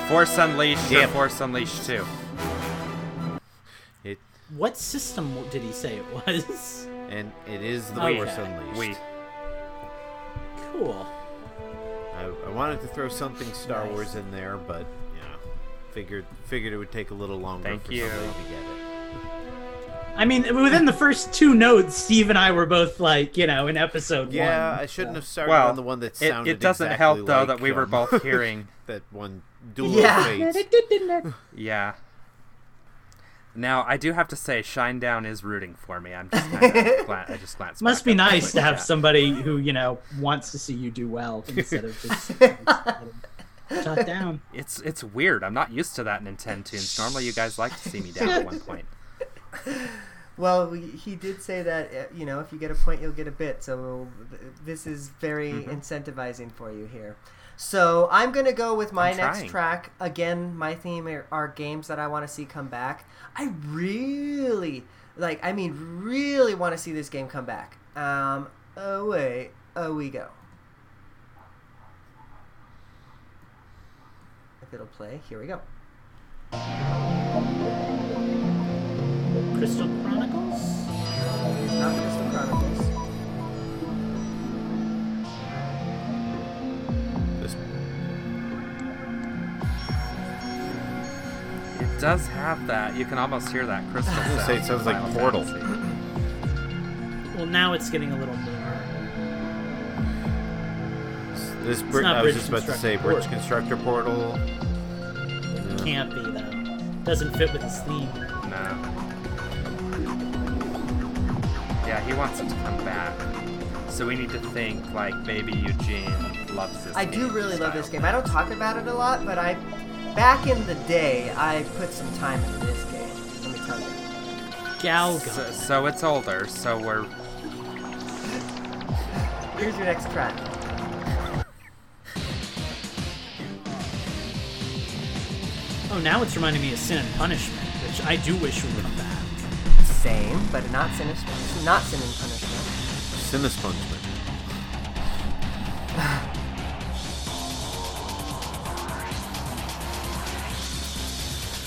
[SPEAKER 3] what?
[SPEAKER 4] Force Unleashed or
[SPEAKER 5] Damn.
[SPEAKER 4] Force Unleashed 2.
[SPEAKER 5] it,
[SPEAKER 3] What system did he say it was?
[SPEAKER 5] and it is
[SPEAKER 4] Oh,
[SPEAKER 5] the
[SPEAKER 3] Okay.
[SPEAKER 5] Force Unleashed.
[SPEAKER 4] We.
[SPEAKER 3] Cool.
[SPEAKER 5] I, I wanted to throw something Star
[SPEAKER 3] Nice.
[SPEAKER 5] Wars in there, but yeah, figured figured it would take a little longer
[SPEAKER 4] Thank
[SPEAKER 5] for
[SPEAKER 4] you.
[SPEAKER 5] somebody to get it.
[SPEAKER 3] I mean, within the first two notes, Steve and I were both like, you know, in episode
[SPEAKER 5] Yeah,
[SPEAKER 3] one.
[SPEAKER 5] I shouldn't have started
[SPEAKER 4] Well,
[SPEAKER 5] on the one that
[SPEAKER 4] it,
[SPEAKER 5] sounded.
[SPEAKER 4] it doesn't
[SPEAKER 5] exactly
[SPEAKER 4] help though
[SPEAKER 5] like,
[SPEAKER 4] that we were
[SPEAKER 5] um, [LAUGHS]
[SPEAKER 4] both hearing.
[SPEAKER 5] that one dual
[SPEAKER 2] Yeah.
[SPEAKER 5] fates.
[SPEAKER 4] Yeah. Now I do have to say, Shine Down is rooting for me. I'm just
[SPEAKER 5] [LAUGHS]
[SPEAKER 4] kinda gla- I just
[SPEAKER 3] [LAUGHS]
[SPEAKER 4] glanced.
[SPEAKER 3] Must
[SPEAKER 4] back
[SPEAKER 3] be
[SPEAKER 4] at the
[SPEAKER 3] nice to
[SPEAKER 4] Twitch
[SPEAKER 3] have
[SPEAKER 4] chat.
[SPEAKER 3] somebody who, you know, wants to see you do well instead of just shut down.
[SPEAKER 4] It's it's weird. I'm not used to that in Nintendo's. Normally, you guys like to see me down at one point.
[SPEAKER 2] Well, we- he did say that uh, you know if you get a point, you'll get a bit. So th- this is very
[SPEAKER 4] Mm-hmm.
[SPEAKER 2] incentivizing for you here. So I'm gonna go with my
[SPEAKER 4] I'm
[SPEAKER 2] next
[SPEAKER 4] trying.
[SPEAKER 2] track again. My theme are, are games that I want to see come back. I really like. I mean, really want to see this game come back. Um, away, oh we go. If it'll play, here we go.
[SPEAKER 3] Crystal Chronicles?
[SPEAKER 2] It's not Crystal Chronicles.
[SPEAKER 5] This-
[SPEAKER 4] It does have that. You can almost hear that crystal. I
[SPEAKER 5] gonna say it sounds like Portal.
[SPEAKER 3] Well, now it's getting a little more.
[SPEAKER 5] This bri-
[SPEAKER 3] not
[SPEAKER 5] I was
[SPEAKER 3] Bridge
[SPEAKER 5] just about to
[SPEAKER 3] Constructor
[SPEAKER 5] say Bridge
[SPEAKER 3] Portal.
[SPEAKER 5] Constructor Portal.
[SPEAKER 3] Can't be, though. Doesn't fit with his theme.
[SPEAKER 4] No. Yeah, he wants it to come back. So we need to think like maybe Eugene loves this.
[SPEAKER 2] I
[SPEAKER 4] game
[SPEAKER 2] do really love
[SPEAKER 4] style.
[SPEAKER 2] this game. I don't talk about it a lot, but I, back in the day, I put some time into this game. Let me tell you.
[SPEAKER 3] Oh,
[SPEAKER 4] So,
[SPEAKER 3] Galga.
[SPEAKER 4] so it's older. So we're
[SPEAKER 2] Here's your next track.
[SPEAKER 3] Oh, now it's reminding me of Sin and Punishment, which I do wish would come back.
[SPEAKER 2] Same, but not sin, and- not sin and punishment.
[SPEAKER 5] Cinespungement.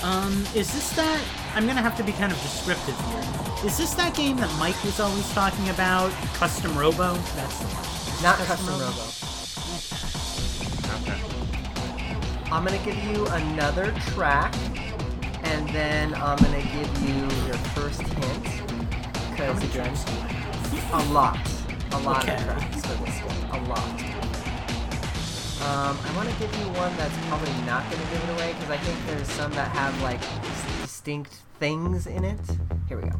[SPEAKER 3] Um, is this that? I'm gonna have to be kind of descriptive here. Is this that game that Mike was always talking about? Custom Robo? That's the one.
[SPEAKER 2] Not custom robo. I'm gonna give you another track, and then I'm gonna give you your first hint. because again, a lot, a lot
[SPEAKER 3] Okay.
[SPEAKER 2] of tracks for this one, a lot. Um, I want to give you one that's probably not going to give it away because I think there's some that have like s- distinct things in it. Here we go.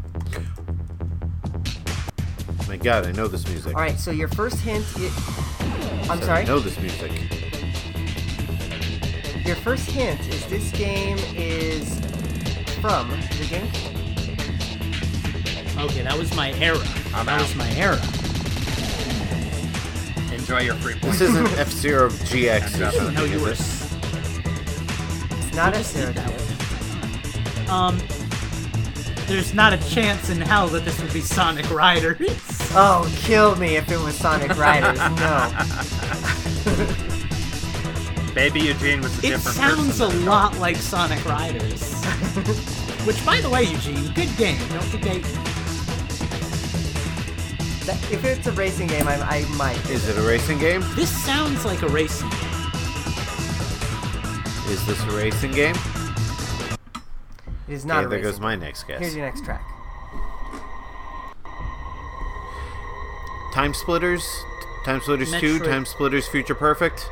[SPEAKER 5] My God, I know this music.
[SPEAKER 2] All right, so your first hint. i I'm sorry.
[SPEAKER 5] I know this music.
[SPEAKER 2] Your first hint is this game is from the GameCube.
[SPEAKER 3] Okay, that was my era.
[SPEAKER 4] I'm
[SPEAKER 3] that
[SPEAKER 4] out.
[SPEAKER 3] was my era.
[SPEAKER 4] Enjoy your free points.
[SPEAKER 2] [LAUGHS]
[SPEAKER 5] This isn't F Zero GX or something.
[SPEAKER 3] No, you
[SPEAKER 5] is
[SPEAKER 3] were.
[SPEAKER 5] it?
[SPEAKER 3] s-
[SPEAKER 2] It's not a
[SPEAKER 3] you just did that
[SPEAKER 2] Syracuse.
[SPEAKER 3] one. Um, there's not a chance in hell that this would be Sonic Riders.
[SPEAKER 2] Oh, kill me if it was
[SPEAKER 4] [LAUGHS]
[SPEAKER 2] Sonic Riders. No.
[SPEAKER 4] Baby Eugene was a
[SPEAKER 3] It
[SPEAKER 4] different
[SPEAKER 3] sounds
[SPEAKER 4] person.
[SPEAKER 3] a lot like Sonic Riders. [LAUGHS] Which, by the way, Eugene, good game. Don't forget.
[SPEAKER 2] That- if it's a racing game, I, I might.
[SPEAKER 5] Is it a racing game?
[SPEAKER 3] This sounds like a racing game.
[SPEAKER 5] Is this a racing game?
[SPEAKER 2] It is not
[SPEAKER 5] Okay,
[SPEAKER 2] a
[SPEAKER 5] there
[SPEAKER 2] racing
[SPEAKER 5] goes my next
[SPEAKER 2] game.
[SPEAKER 5] guess.
[SPEAKER 2] Here's your next track.
[SPEAKER 5] Time Splitters, Time Splitters Two,
[SPEAKER 3] Metroid.
[SPEAKER 5] Time Splitters Future Perfect.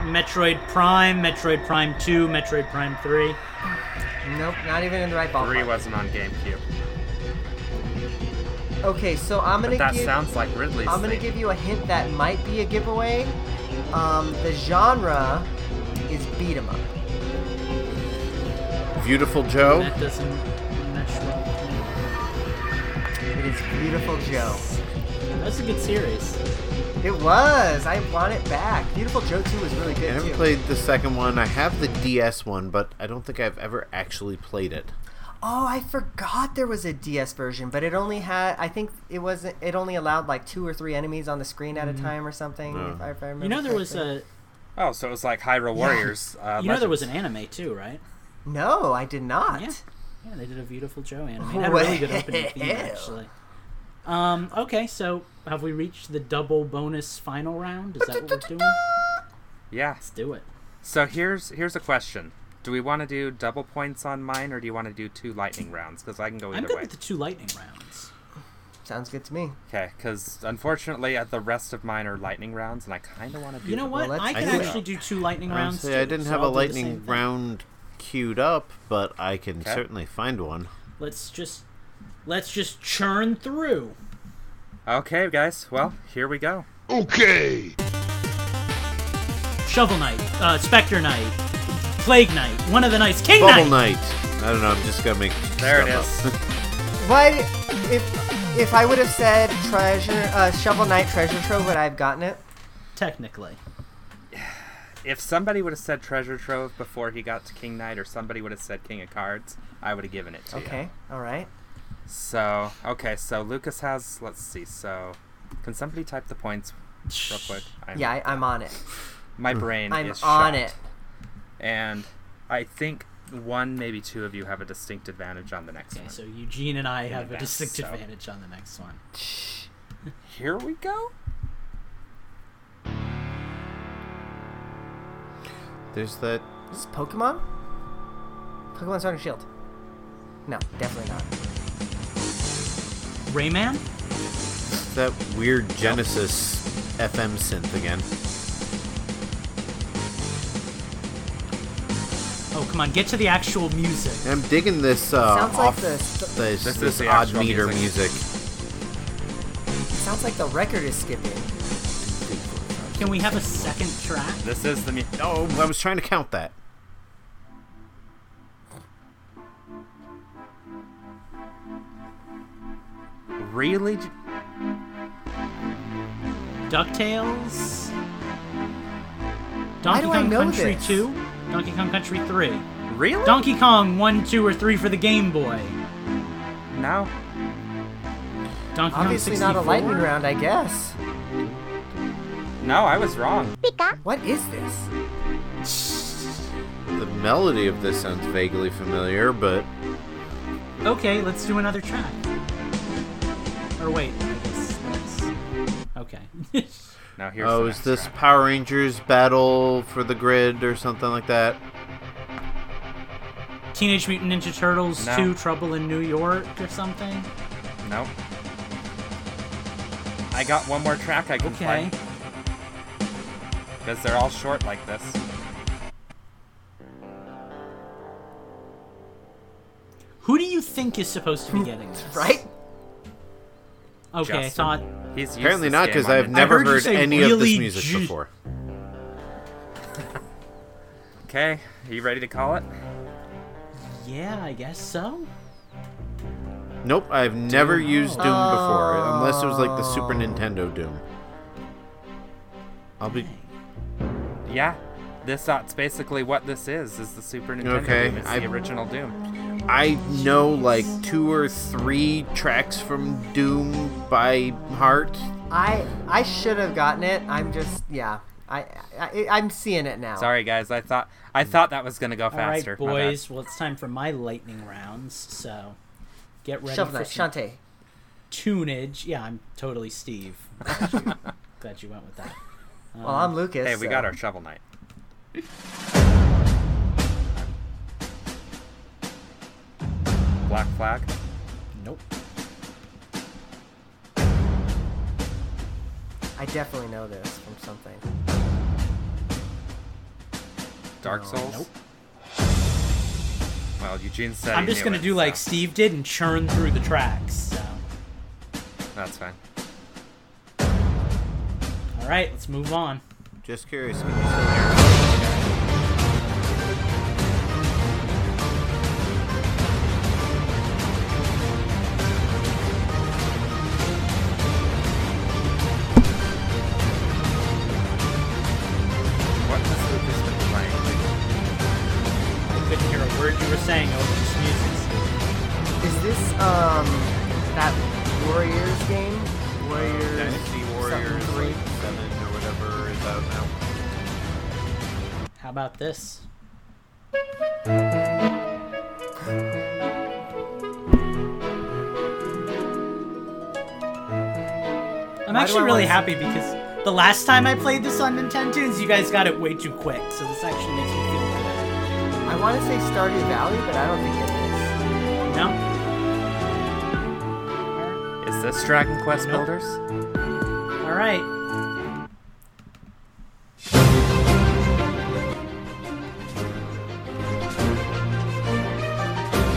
[SPEAKER 3] Metroid Prime, Metroid Prime 2, Metroid Prime 3.
[SPEAKER 2] Nope, not even in the right
[SPEAKER 4] Three
[SPEAKER 2] ballpark.
[SPEAKER 4] wasn't on GameCube.
[SPEAKER 2] Okay, so I'm gonna
[SPEAKER 4] But that
[SPEAKER 2] give
[SPEAKER 4] sounds like Ridley's.
[SPEAKER 2] I'm gonna
[SPEAKER 4] thing.
[SPEAKER 2] give you a hint that might be a giveaway. Um, the genre is beat 'em up.
[SPEAKER 5] Beautiful Joe.
[SPEAKER 3] That doesn't mesh well.
[SPEAKER 2] It is Beautiful Joe.
[SPEAKER 3] That's a good series.
[SPEAKER 2] It was. I want it back. Beautiful Joe 2 was really
[SPEAKER 5] I
[SPEAKER 2] good
[SPEAKER 5] haven't
[SPEAKER 2] too.
[SPEAKER 5] played the second one. I have the DS one, but I don't think I've ever actually played it.
[SPEAKER 2] Oh, I forgot there was a DS version, but it only had I think it wasn't it only allowed like two or three enemies on the screen at a time or something.
[SPEAKER 5] No.
[SPEAKER 2] If, I, if I remember
[SPEAKER 3] You know there was
[SPEAKER 2] correctly.
[SPEAKER 3] a.
[SPEAKER 4] Oh, so it was like Hyrule Warriors. Uh,
[SPEAKER 3] You know there was an
[SPEAKER 4] Legends.
[SPEAKER 3] anime too, right?
[SPEAKER 2] No, I did not.
[SPEAKER 3] Yeah. Yeah, they did a beautiful Joe
[SPEAKER 5] Oh,
[SPEAKER 3] anime. It had a really good opening theme,
[SPEAKER 2] Well.
[SPEAKER 3] actually. Um, okay, so have we reached the double bonus final round? Is that what we're doing? Let's
[SPEAKER 4] Yeah.
[SPEAKER 3] do it.
[SPEAKER 4] So here's here's a question. Do we want to do double points on mine, or do you want to do two lightning rounds? Because I can go either
[SPEAKER 3] I'm good
[SPEAKER 4] way.
[SPEAKER 3] with the two lightning rounds.
[SPEAKER 2] Sounds good to me.
[SPEAKER 4] Okay, because unfortunately, uh, the rest of mine are lightning rounds, and I kind of want to do.
[SPEAKER 3] You know
[SPEAKER 4] them.
[SPEAKER 3] what?
[SPEAKER 2] let's
[SPEAKER 3] I can
[SPEAKER 5] do it.
[SPEAKER 3] actually do two lightning rounds.
[SPEAKER 5] Honestly,
[SPEAKER 3] too,
[SPEAKER 5] I didn't
[SPEAKER 3] so
[SPEAKER 5] have
[SPEAKER 3] I'll
[SPEAKER 5] a
[SPEAKER 3] do the same
[SPEAKER 5] lightning
[SPEAKER 3] thing.
[SPEAKER 5] round queued up, but I can certainly find one.
[SPEAKER 3] Let's just let's just churn through.
[SPEAKER 4] Okay, guys. Well, here we go.
[SPEAKER 6] Okay.
[SPEAKER 3] Shovel Knight, uh, Spectre Knight, Plague Knight, one of the Knights, King
[SPEAKER 5] Bubble
[SPEAKER 3] Knight.
[SPEAKER 5] Knight. I don't know. I'm just gonna make.
[SPEAKER 4] There it
[SPEAKER 5] stuff
[SPEAKER 4] is.
[SPEAKER 5] up.
[SPEAKER 2] Why, d- if if I would have said treasure, uh, shovel knight treasure trove, would I have gotten it?
[SPEAKER 3] Technically,
[SPEAKER 4] If somebody would have said treasure trove before he got to King Knight, or somebody would have said King of Cards, I would have given it to you.
[SPEAKER 2] Okay, all right.
[SPEAKER 4] So okay, so Lucas has. Let's see. So, can somebody type the points real quick? I'm,
[SPEAKER 2] Yeah, I, I'm on it.
[SPEAKER 4] my brain
[SPEAKER 2] I'm
[SPEAKER 4] is
[SPEAKER 2] on
[SPEAKER 4] shot.
[SPEAKER 2] it.
[SPEAKER 4] and I think one, maybe two of you have a distinct advantage on the next
[SPEAKER 3] okay.
[SPEAKER 4] one.
[SPEAKER 3] So Eugene and I have a
[SPEAKER 4] advance,
[SPEAKER 3] distinct
[SPEAKER 4] so-
[SPEAKER 3] advantage on the next one.
[SPEAKER 4] Here we go.
[SPEAKER 5] There's that.
[SPEAKER 2] Is this Pokemon? Pokemon Sword and Shield. No, definitely not.
[SPEAKER 3] Rayman.
[SPEAKER 5] That weird Genesis FM synth again.
[SPEAKER 3] Oh come on, get to the actual music.
[SPEAKER 5] I'm digging this. Uh,
[SPEAKER 2] Sounds like
[SPEAKER 5] off
[SPEAKER 2] the-
[SPEAKER 5] this,
[SPEAKER 4] This
[SPEAKER 5] this,
[SPEAKER 4] is the
[SPEAKER 5] odd
[SPEAKER 4] actual
[SPEAKER 5] meter music.
[SPEAKER 4] music.
[SPEAKER 2] Sounds like the record is skipping.
[SPEAKER 3] Can we have a second track?
[SPEAKER 4] This is the mu-
[SPEAKER 5] Oh, I was trying to count that.
[SPEAKER 4] really.
[SPEAKER 3] Ducktales.
[SPEAKER 2] Why
[SPEAKER 3] Donkey
[SPEAKER 2] do I
[SPEAKER 3] Kong
[SPEAKER 2] know
[SPEAKER 3] Country
[SPEAKER 2] this?
[SPEAKER 3] 2. Donkey Kong Country 3.
[SPEAKER 4] Really?
[SPEAKER 3] Donkey Kong 1, 2, or 3 for the Game Boy.
[SPEAKER 4] No.
[SPEAKER 3] Donkey
[SPEAKER 2] Obviously
[SPEAKER 3] Kong 64.
[SPEAKER 2] not a lightning round, I guess.
[SPEAKER 4] No, I was wrong.
[SPEAKER 2] What is this?
[SPEAKER 5] The melody of this sounds vaguely familiar, but
[SPEAKER 3] Okay, let's do another track. Or wait, I guess that's... Okay. [LAUGHS]
[SPEAKER 4] No, here's.
[SPEAKER 5] oh,
[SPEAKER 4] the
[SPEAKER 5] is
[SPEAKER 4] next
[SPEAKER 5] this
[SPEAKER 4] round.
[SPEAKER 5] Power Rangers Battle for the Grid or something like that?
[SPEAKER 3] Teenage Mutant Ninja Turtles
[SPEAKER 4] No.
[SPEAKER 3] 2, Trouble in New York or something?
[SPEAKER 4] Nope. I got one more track I can
[SPEAKER 3] Okay.
[SPEAKER 4] play because they're all short like this.
[SPEAKER 3] Who do you think is supposed to be getting this?
[SPEAKER 2] Right?
[SPEAKER 3] Okay, I
[SPEAKER 4] Justin.
[SPEAKER 3] thought.
[SPEAKER 4] He's used
[SPEAKER 5] Apparently
[SPEAKER 4] this
[SPEAKER 5] not,
[SPEAKER 4] game
[SPEAKER 5] because
[SPEAKER 4] on
[SPEAKER 5] I've
[SPEAKER 4] the-
[SPEAKER 5] never
[SPEAKER 3] heard you
[SPEAKER 5] heard
[SPEAKER 3] say
[SPEAKER 5] any of
[SPEAKER 3] really
[SPEAKER 5] this music
[SPEAKER 3] ju-
[SPEAKER 5] before.
[SPEAKER 4] Okay, you ready to call it?
[SPEAKER 3] Yeah, I guess so.
[SPEAKER 5] Nope, I've
[SPEAKER 4] Oh.
[SPEAKER 5] never used Doom before,
[SPEAKER 2] Oh.
[SPEAKER 5] unless it was like the Super Nintendo Doom. I'll be
[SPEAKER 4] Yeah. This that's basically what this is. Is the Super Nintendo
[SPEAKER 5] Okay,
[SPEAKER 4] Doom? It's
[SPEAKER 5] I-
[SPEAKER 4] the original Doom.
[SPEAKER 5] I know like two or three tracks from Doom by heart.
[SPEAKER 2] I I should have gotten it. I'm just yeah. I, I I'm seeing it now.
[SPEAKER 4] Sorry guys, I thought I thought that was gonna go
[SPEAKER 3] All right,
[SPEAKER 4] faster. my bad.
[SPEAKER 3] boys. Well, it's time for my lightning rounds. So get ready
[SPEAKER 2] Shovel
[SPEAKER 3] for
[SPEAKER 2] Knight,
[SPEAKER 3] some
[SPEAKER 2] Shantae.
[SPEAKER 3] tunage. Yeah, I'm totally Steve. Glad you, [LAUGHS] glad you went with that.
[SPEAKER 2] Well, I'm Lucas.
[SPEAKER 4] Um, Hey, we
[SPEAKER 2] so-
[SPEAKER 4] got our shovel knight. Black flag.
[SPEAKER 3] Nope.
[SPEAKER 2] I definitely know this from something.
[SPEAKER 4] Dark Souls.
[SPEAKER 3] Nope.
[SPEAKER 4] Well, Eugene said.
[SPEAKER 3] I'm
[SPEAKER 4] he
[SPEAKER 3] just
[SPEAKER 4] knew
[SPEAKER 3] gonna
[SPEAKER 4] it,
[SPEAKER 3] do like
[SPEAKER 4] so
[SPEAKER 3] Steve did and churn through the tracks. So.
[SPEAKER 4] That's fine.
[SPEAKER 3] All right, let's move on.
[SPEAKER 5] Just curious. if you still hear
[SPEAKER 4] What has Lucas been playing?
[SPEAKER 3] I couldn't hear a word you were saying over this music.
[SPEAKER 2] Is this um that Warriors game? Warriors.
[SPEAKER 5] Dynasty
[SPEAKER 2] something
[SPEAKER 5] Warriors
[SPEAKER 2] three?
[SPEAKER 5] like seven or whatever is out now.
[SPEAKER 3] How about this? I'm
[SPEAKER 2] Why do I
[SPEAKER 3] actually
[SPEAKER 2] wanna
[SPEAKER 3] really
[SPEAKER 2] see-
[SPEAKER 3] happy because the last time I played this on Nintendo Tunes, you guys got it way too quick, so this actually makes me feel good.
[SPEAKER 2] I want to say Stardew Valley, but I don't think it is.
[SPEAKER 3] No?
[SPEAKER 4] Is this Dragon Quest
[SPEAKER 3] Nope.
[SPEAKER 4] Builders?
[SPEAKER 3] Alright.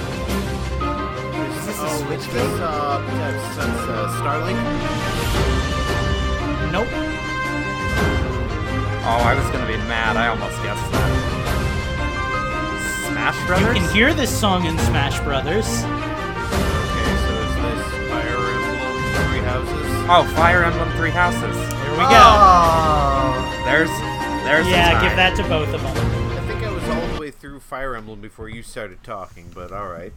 [SPEAKER 2] Is this a
[SPEAKER 5] Oh,
[SPEAKER 2] Switch
[SPEAKER 5] it's
[SPEAKER 2] game?
[SPEAKER 5] this, uh, yeah, it's- it's, uh, Starlink.
[SPEAKER 3] Nope.
[SPEAKER 4] Oh, I was gonna be mad. I almost guessed that. Smash
[SPEAKER 3] You
[SPEAKER 4] Brothers.
[SPEAKER 3] can hear this song in Smash Brothers.
[SPEAKER 5] Okay, so is this Fire Emblem Three Houses?
[SPEAKER 4] oh, Fire Emblem Three Houses.
[SPEAKER 3] There we go.
[SPEAKER 2] Ah, Oh.
[SPEAKER 4] There's, there's.
[SPEAKER 3] yeah,
[SPEAKER 4] a time.
[SPEAKER 3] give that to both of them.
[SPEAKER 5] I think I was all the way through Fire Emblem before you started talking, but all right.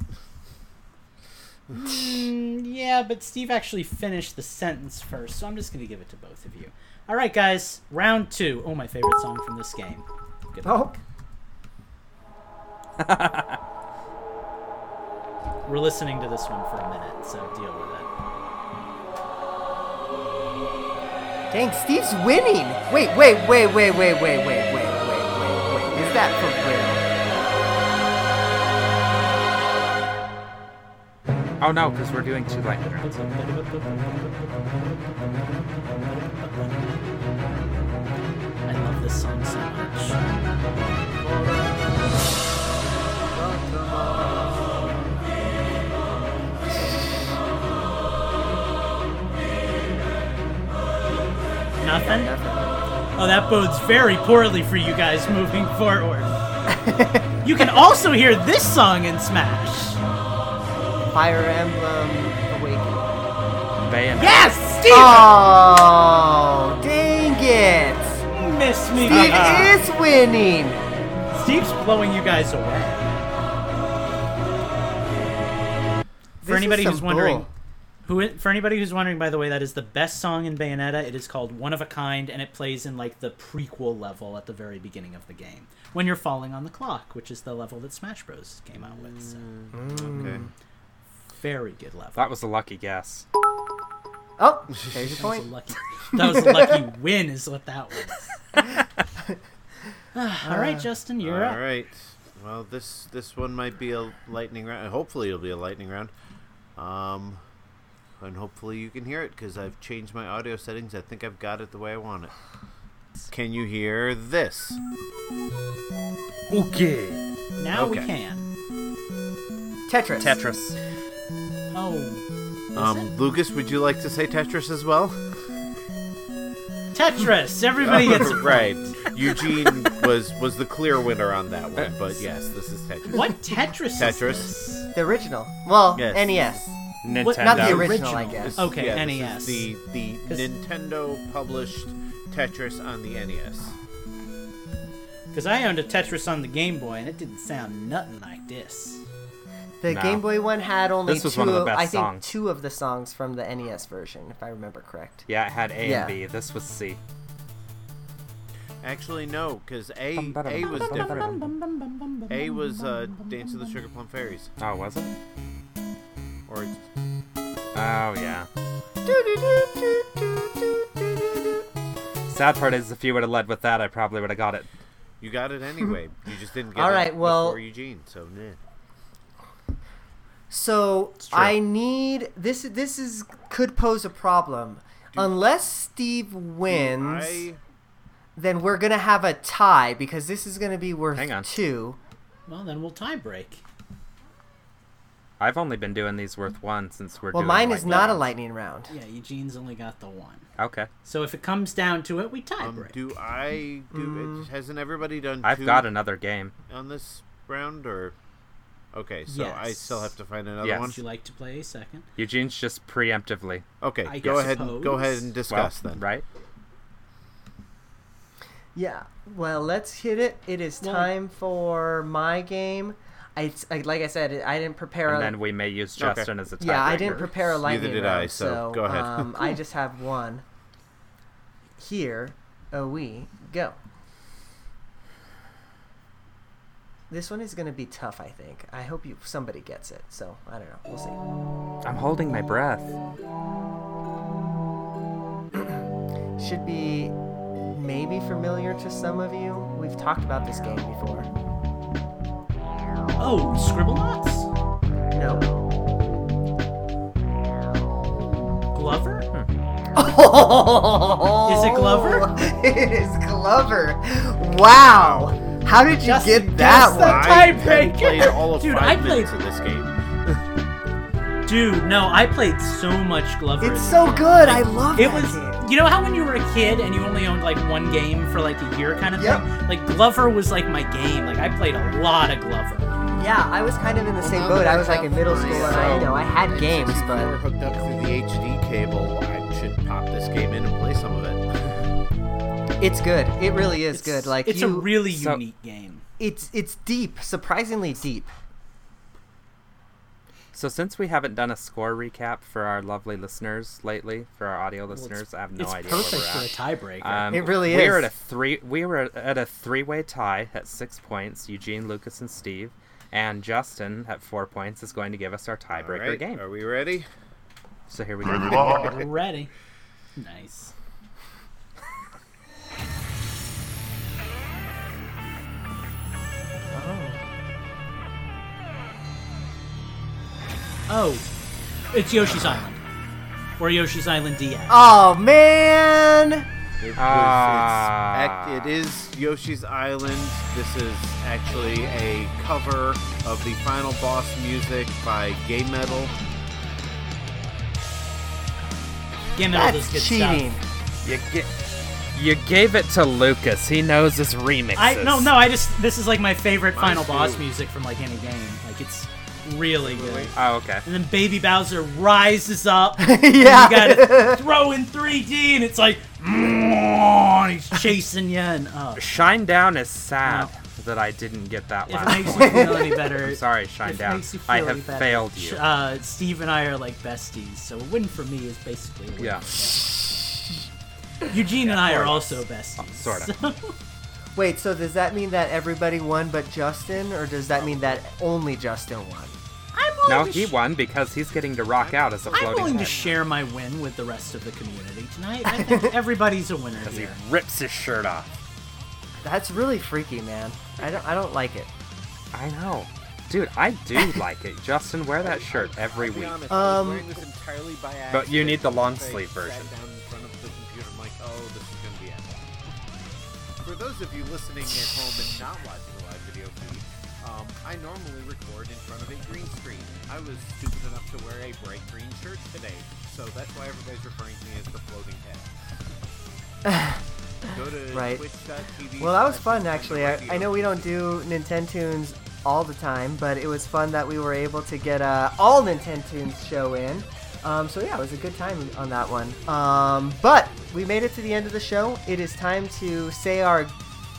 [SPEAKER 3] yeah, but Steve actually finished the sentence first, so I'm just going to give it to both of you. All right, guys, round two. Oh, my favorite song from this game. Good
[SPEAKER 2] Oh.
[SPEAKER 3] luck. We're listening to this one for a minute, so deal with it.
[SPEAKER 2] Dang, Steve's winning. Wait, wait, wait, wait, wait, wait, wait, wait, wait, wait, wait. Is that for
[SPEAKER 4] Oh no, because we're doing two lightning rounds.
[SPEAKER 3] I love this song so much. Nothing?
[SPEAKER 2] real?
[SPEAKER 3] Oh, that bodes very poorly for you guys moving forward. you can also hear this song in Smash.
[SPEAKER 2] Fire Emblem Awakening.
[SPEAKER 4] Bayonet.
[SPEAKER 3] Yes, Steve.
[SPEAKER 2] Oh, dang it!
[SPEAKER 3] Miss me.
[SPEAKER 2] Steve
[SPEAKER 3] Uh,
[SPEAKER 2] is winning.
[SPEAKER 3] Steve's blowing you guys away.
[SPEAKER 2] This is
[SPEAKER 3] anybody
[SPEAKER 2] some
[SPEAKER 3] who's wondering-
[SPEAKER 2] bull.
[SPEAKER 3] Who? i- For anybody who's wondering, by the way, that is the best song in Bayonetta. It is called One of a Kind, and it plays in like the prequel level at the very beginning of the game when you're falling on the clock, which is the level that Smash Bros. came out with. So,
[SPEAKER 5] Okay.
[SPEAKER 3] very good level.
[SPEAKER 4] That was a lucky guess.
[SPEAKER 2] Oh, there's your
[SPEAKER 3] That was a [LAUGHS]
[SPEAKER 2] point.
[SPEAKER 3] lucky. That was a lucky win, is what that was. [SIGHS] all right, Justin, you're
[SPEAKER 5] All
[SPEAKER 3] up.
[SPEAKER 5] right. Well, this this one might be a lightning round. Hopefully, it'll be a lightning round. Um, and hopefully you can hear it because I've changed my audio settings. I think I've got it the way I want it. Can you hear this?
[SPEAKER 4] Okay.
[SPEAKER 3] Now we
[SPEAKER 5] Okay.
[SPEAKER 3] can.
[SPEAKER 2] Tetris.
[SPEAKER 4] Tetris.
[SPEAKER 3] Oh, is
[SPEAKER 5] Um, Lucas, would you like to say Tetris as well?
[SPEAKER 3] it? Tetris.
[SPEAKER 5] [LAUGHS]
[SPEAKER 3] Everybody gets it.
[SPEAKER 5] right. Eugene was was the clear winner on that one, but yes, this is Tetris.
[SPEAKER 3] What Tetris?
[SPEAKER 5] Tetris.
[SPEAKER 3] Is this?
[SPEAKER 2] The original. Well,
[SPEAKER 5] Yes.
[SPEAKER 2] NES.
[SPEAKER 4] Nintendo.
[SPEAKER 3] What-
[SPEAKER 2] Not the original, I guess.
[SPEAKER 5] This-
[SPEAKER 3] Okay,
[SPEAKER 5] yeah, this
[SPEAKER 3] NES.
[SPEAKER 5] is the the
[SPEAKER 3] 'Cause-
[SPEAKER 5] Nintendo published Tetris on the E NES.
[SPEAKER 3] Because I owned a Tetris on the Game Boy, and it didn't sound nothing like this.
[SPEAKER 2] The
[SPEAKER 4] No.
[SPEAKER 2] Game Boy one had only
[SPEAKER 4] This was
[SPEAKER 2] two.
[SPEAKER 4] one of the best
[SPEAKER 2] I think
[SPEAKER 4] songs.
[SPEAKER 2] two of the songs from the NES version, if I remember correct.
[SPEAKER 4] Yeah, it had A
[SPEAKER 2] Yeah.
[SPEAKER 4] and B. This was C.
[SPEAKER 5] Actually, no, because A A was different. A was uh, Dance of the Sugar Plum Fairies,
[SPEAKER 4] Oh, was it?
[SPEAKER 5] or
[SPEAKER 4] Oh, yeah. Sad part is, if you would have led with that, I probably would have got it.
[SPEAKER 5] you got it anyway. You just didn't get
[SPEAKER 2] All
[SPEAKER 5] it
[SPEAKER 2] right, well-
[SPEAKER 5] before Eugene. So nah.
[SPEAKER 2] So
[SPEAKER 4] true.
[SPEAKER 2] I need this. This is could pose a problem. Unless Steve wins,
[SPEAKER 5] I
[SPEAKER 2] then we're gonna have a tie because this is gonna be worth
[SPEAKER 4] Hang on.
[SPEAKER 2] two.
[SPEAKER 3] Well, then we'll tie break.
[SPEAKER 4] I've only been doing these worth one since we're
[SPEAKER 2] Well,
[SPEAKER 4] doing
[SPEAKER 2] mine is
[SPEAKER 4] lightning
[SPEAKER 2] not a
[SPEAKER 4] rounds.
[SPEAKER 2] lightning round.
[SPEAKER 3] Yeah, Eugene's only got the one.
[SPEAKER 4] Okay.
[SPEAKER 3] So if it comes down to it, we tie
[SPEAKER 5] um,
[SPEAKER 3] break.
[SPEAKER 5] do I do it? Hasn't everybody done?
[SPEAKER 4] I've
[SPEAKER 5] two
[SPEAKER 4] got another game.
[SPEAKER 5] on this round, or okay, so I
[SPEAKER 3] Yes.
[SPEAKER 5] still have to find another
[SPEAKER 4] Yes.
[SPEAKER 5] one.
[SPEAKER 3] Would you like to play a second?
[SPEAKER 4] Eugene's just preemptively.
[SPEAKER 5] Okay,
[SPEAKER 3] I
[SPEAKER 5] go ahead. And, go ahead
[SPEAKER 3] suppose.
[SPEAKER 5] and
[SPEAKER 4] Well,
[SPEAKER 5] discuss then.
[SPEAKER 4] Right?
[SPEAKER 2] Yeah. Well, let's hit it. It is
[SPEAKER 3] Well-
[SPEAKER 2] time for my game. I, it's- I- like I said, I didn't prepare.
[SPEAKER 4] And
[SPEAKER 2] a,
[SPEAKER 4] then we may use Justin as a tiebreaker.
[SPEAKER 2] yeah, I didn't prepare a lightning
[SPEAKER 5] did I,
[SPEAKER 2] round,
[SPEAKER 5] so go ahead.
[SPEAKER 2] Um, I just have one. Here, uh, we go. This one is going to be tough, I think. I hope you somebody gets it. So I don't know. We'll see.
[SPEAKER 4] I'm holding my breath.
[SPEAKER 2] Should be maybe familiar to some of you. We've talked about this game before.
[SPEAKER 3] Oh, Scribblenauts?
[SPEAKER 2] No. [LAUGHS]
[SPEAKER 3] Glover?
[SPEAKER 2] Is
[SPEAKER 3] it Glover?
[SPEAKER 2] [LAUGHS] it is Glover. Wow. How did you
[SPEAKER 3] Justin,
[SPEAKER 2] get that
[SPEAKER 3] guess
[SPEAKER 2] one?
[SPEAKER 3] that-
[SPEAKER 5] I
[SPEAKER 3] Tiebreaker!
[SPEAKER 5] played all of
[SPEAKER 3] Dude,
[SPEAKER 5] five
[SPEAKER 3] I
[SPEAKER 5] minutes of this game.
[SPEAKER 3] Dude, no, I played so much Glover.
[SPEAKER 2] Hmm. It's so good. I love
[SPEAKER 3] It
[SPEAKER 2] that game.
[SPEAKER 3] was, you know how when you were a kid and you only owned like one game for like a year kind of
[SPEAKER 2] Yep.
[SPEAKER 3] thing? Like Glover was like my game. Like I played a lot of Glover.
[SPEAKER 2] Yeah, I was kind of in the same
[SPEAKER 5] Well,
[SPEAKER 2] boat.
[SPEAKER 5] now
[SPEAKER 2] I was
[SPEAKER 5] that I
[SPEAKER 2] like in
[SPEAKER 5] have
[SPEAKER 2] middle
[SPEAKER 5] three,
[SPEAKER 2] school, and I, you
[SPEAKER 5] so
[SPEAKER 2] know, I had
[SPEAKER 5] N64
[SPEAKER 2] games, but
[SPEAKER 5] hooked up through the HD cable. I should pop this game in and play some of it.
[SPEAKER 2] it's good. It really is good. Like
[SPEAKER 3] it's a
[SPEAKER 2] you-
[SPEAKER 3] really
[SPEAKER 4] so-
[SPEAKER 3] unique game.
[SPEAKER 2] it's it's deep, surprisingly deep.
[SPEAKER 4] So since we haven't done a score recap for our lovely listeners lately, for our audio listeners, I have no
[SPEAKER 3] it's
[SPEAKER 4] idea where
[SPEAKER 3] perfect
[SPEAKER 4] we're
[SPEAKER 3] for a
[SPEAKER 4] at.
[SPEAKER 3] tiebreaker.
[SPEAKER 4] Um,
[SPEAKER 2] It really
[SPEAKER 4] we
[SPEAKER 2] is.
[SPEAKER 4] Were at a three, we were at a three-way tie at six points. Eugene, Lucas, and Steve, and Justin at four points is going to give us our
[SPEAKER 5] All
[SPEAKER 4] tiebreaker
[SPEAKER 5] right,
[SPEAKER 4] game.
[SPEAKER 5] are
[SPEAKER 3] oh.
[SPEAKER 5] we ready?
[SPEAKER 4] So here we go.
[SPEAKER 3] Ready. Nice. Oh. It's Yoshi's Island. Or Yoshi's Island DX.
[SPEAKER 2] Oh man!
[SPEAKER 5] It, was,
[SPEAKER 4] Ah.
[SPEAKER 5] it's, act- it is Yoshi's Island. This is actually a cover of the final boss music by Gay Metal.
[SPEAKER 3] Game Metal
[SPEAKER 2] That's
[SPEAKER 3] does good
[SPEAKER 2] cheating.
[SPEAKER 3] stuff.
[SPEAKER 4] you, ga- you gave it to Lucas. He knows his remixes.
[SPEAKER 3] I no no. I just this is like my favorite
[SPEAKER 5] Mine
[SPEAKER 3] final
[SPEAKER 5] too.
[SPEAKER 3] boss music from like any game. Like it's really good.
[SPEAKER 4] Oh, okay.
[SPEAKER 3] And then Baby Bowser rises up.
[SPEAKER 2] Yeah.
[SPEAKER 3] And you gotta throw in 3D, and it's like, and he's chasing you, and oh,
[SPEAKER 4] Shine Down is sad
[SPEAKER 3] No.
[SPEAKER 4] that I didn't get that
[SPEAKER 3] if it
[SPEAKER 4] one.
[SPEAKER 3] makes you feel any better.
[SPEAKER 4] [LAUGHS] I'm sorry, Shine
[SPEAKER 3] If it
[SPEAKER 4] Down.
[SPEAKER 3] makes you feel
[SPEAKER 4] I
[SPEAKER 3] any
[SPEAKER 4] have
[SPEAKER 3] better.
[SPEAKER 4] failed
[SPEAKER 3] Sh-
[SPEAKER 4] you.
[SPEAKER 3] Uh, Steve and I are like besties, so a win for me is basically a win.
[SPEAKER 4] Yeah.
[SPEAKER 3] for them. Eugene and I
[SPEAKER 4] more
[SPEAKER 3] are
[SPEAKER 4] or less.
[SPEAKER 3] also besties.
[SPEAKER 4] Sort
[SPEAKER 3] [LAUGHS]
[SPEAKER 4] of.
[SPEAKER 2] Wait, so does that mean that everybody won but Justin, or does that mean that only Justin won?
[SPEAKER 3] I'm
[SPEAKER 4] No,
[SPEAKER 3] willing to
[SPEAKER 4] he
[SPEAKER 3] sh-
[SPEAKER 4] won because he's getting to rock out as a
[SPEAKER 3] I'm
[SPEAKER 4] floating
[SPEAKER 3] willing to
[SPEAKER 4] head.
[SPEAKER 3] share my win with the rest of the community tonight. I
[SPEAKER 4] [LAUGHS]
[SPEAKER 3] think everybody's a winner
[SPEAKER 4] As he
[SPEAKER 3] here.
[SPEAKER 4] rips his shirt off.
[SPEAKER 2] That's really freaky, man. I don't I don't like it.
[SPEAKER 4] I know. Dude, I do like it. Justin, wear that shirt every week.
[SPEAKER 2] Um,
[SPEAKER 4] But you need the long sleeve version.
[SPEAKER 5] oh, For those of you listening at home and not watching the live video feed, um, I normally record in front of a green screen. I was stupid enough to wear a bright green shirt today, so that's why everybody's referring to me as the floating
[SPEAKER 2] [SIGHS]
[SPEAKER 5] head. Go to
[SPEAKER 2] Right.
[SPEAKER 5] twitch.tv
[SPEAKER 2] Well, that was fun,
[SPEAKER 5] slash Nintendo
[SPEAKER 2] actually. I, I know we don't do Nintendo tunes all the time, but it was fun that we were able to get uh, all Nintendo tunes show in. Um, so yeah, it was a good time on that one. Um, but we made it to the end of the show. It is time to say our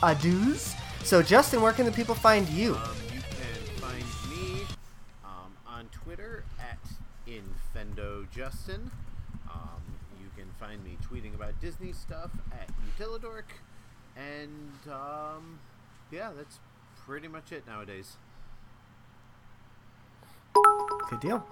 [SPEAKER 2] adieus. So Justin, where can the people find you?
[SPEAKER 5] Um, you can find me um, on Twitter at InfendoJustin. Um, you can find me tweeting about Disney stuff at Utilidork. And um, yeah, that's pretty much it nowadays.
[SPEAKER 2] Good deal.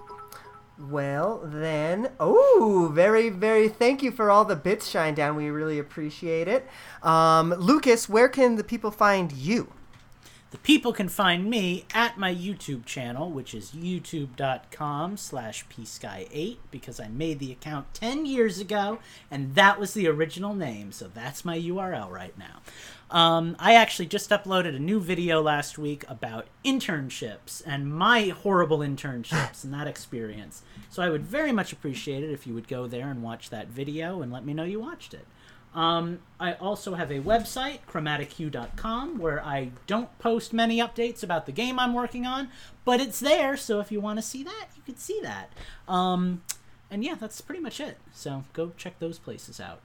[SPEAKER 2] Well, then, oh, very, very thank you for all the bits, Shine Down. We really appreciate it. Um, Lucas, where can the people find you?
[SPEAKER 3] The people can find me at my YouTube channel, which is youtube.com slash psky8, because I made the account 10 years ago, and that was the original name, so that's my URL right now. Um, I actually just uploaded a new video last week about internships and my horrible internships and that experience. So I would very much appreciate it if you would go there and watch that video and let me know you watched it. Um, I also have a website, chromatichue.com, where I don't post many updates about the game I'm working on, but it's there, so if you want to see that, you can see that. Um, and yeah, that's pretty much it. So go check those places out.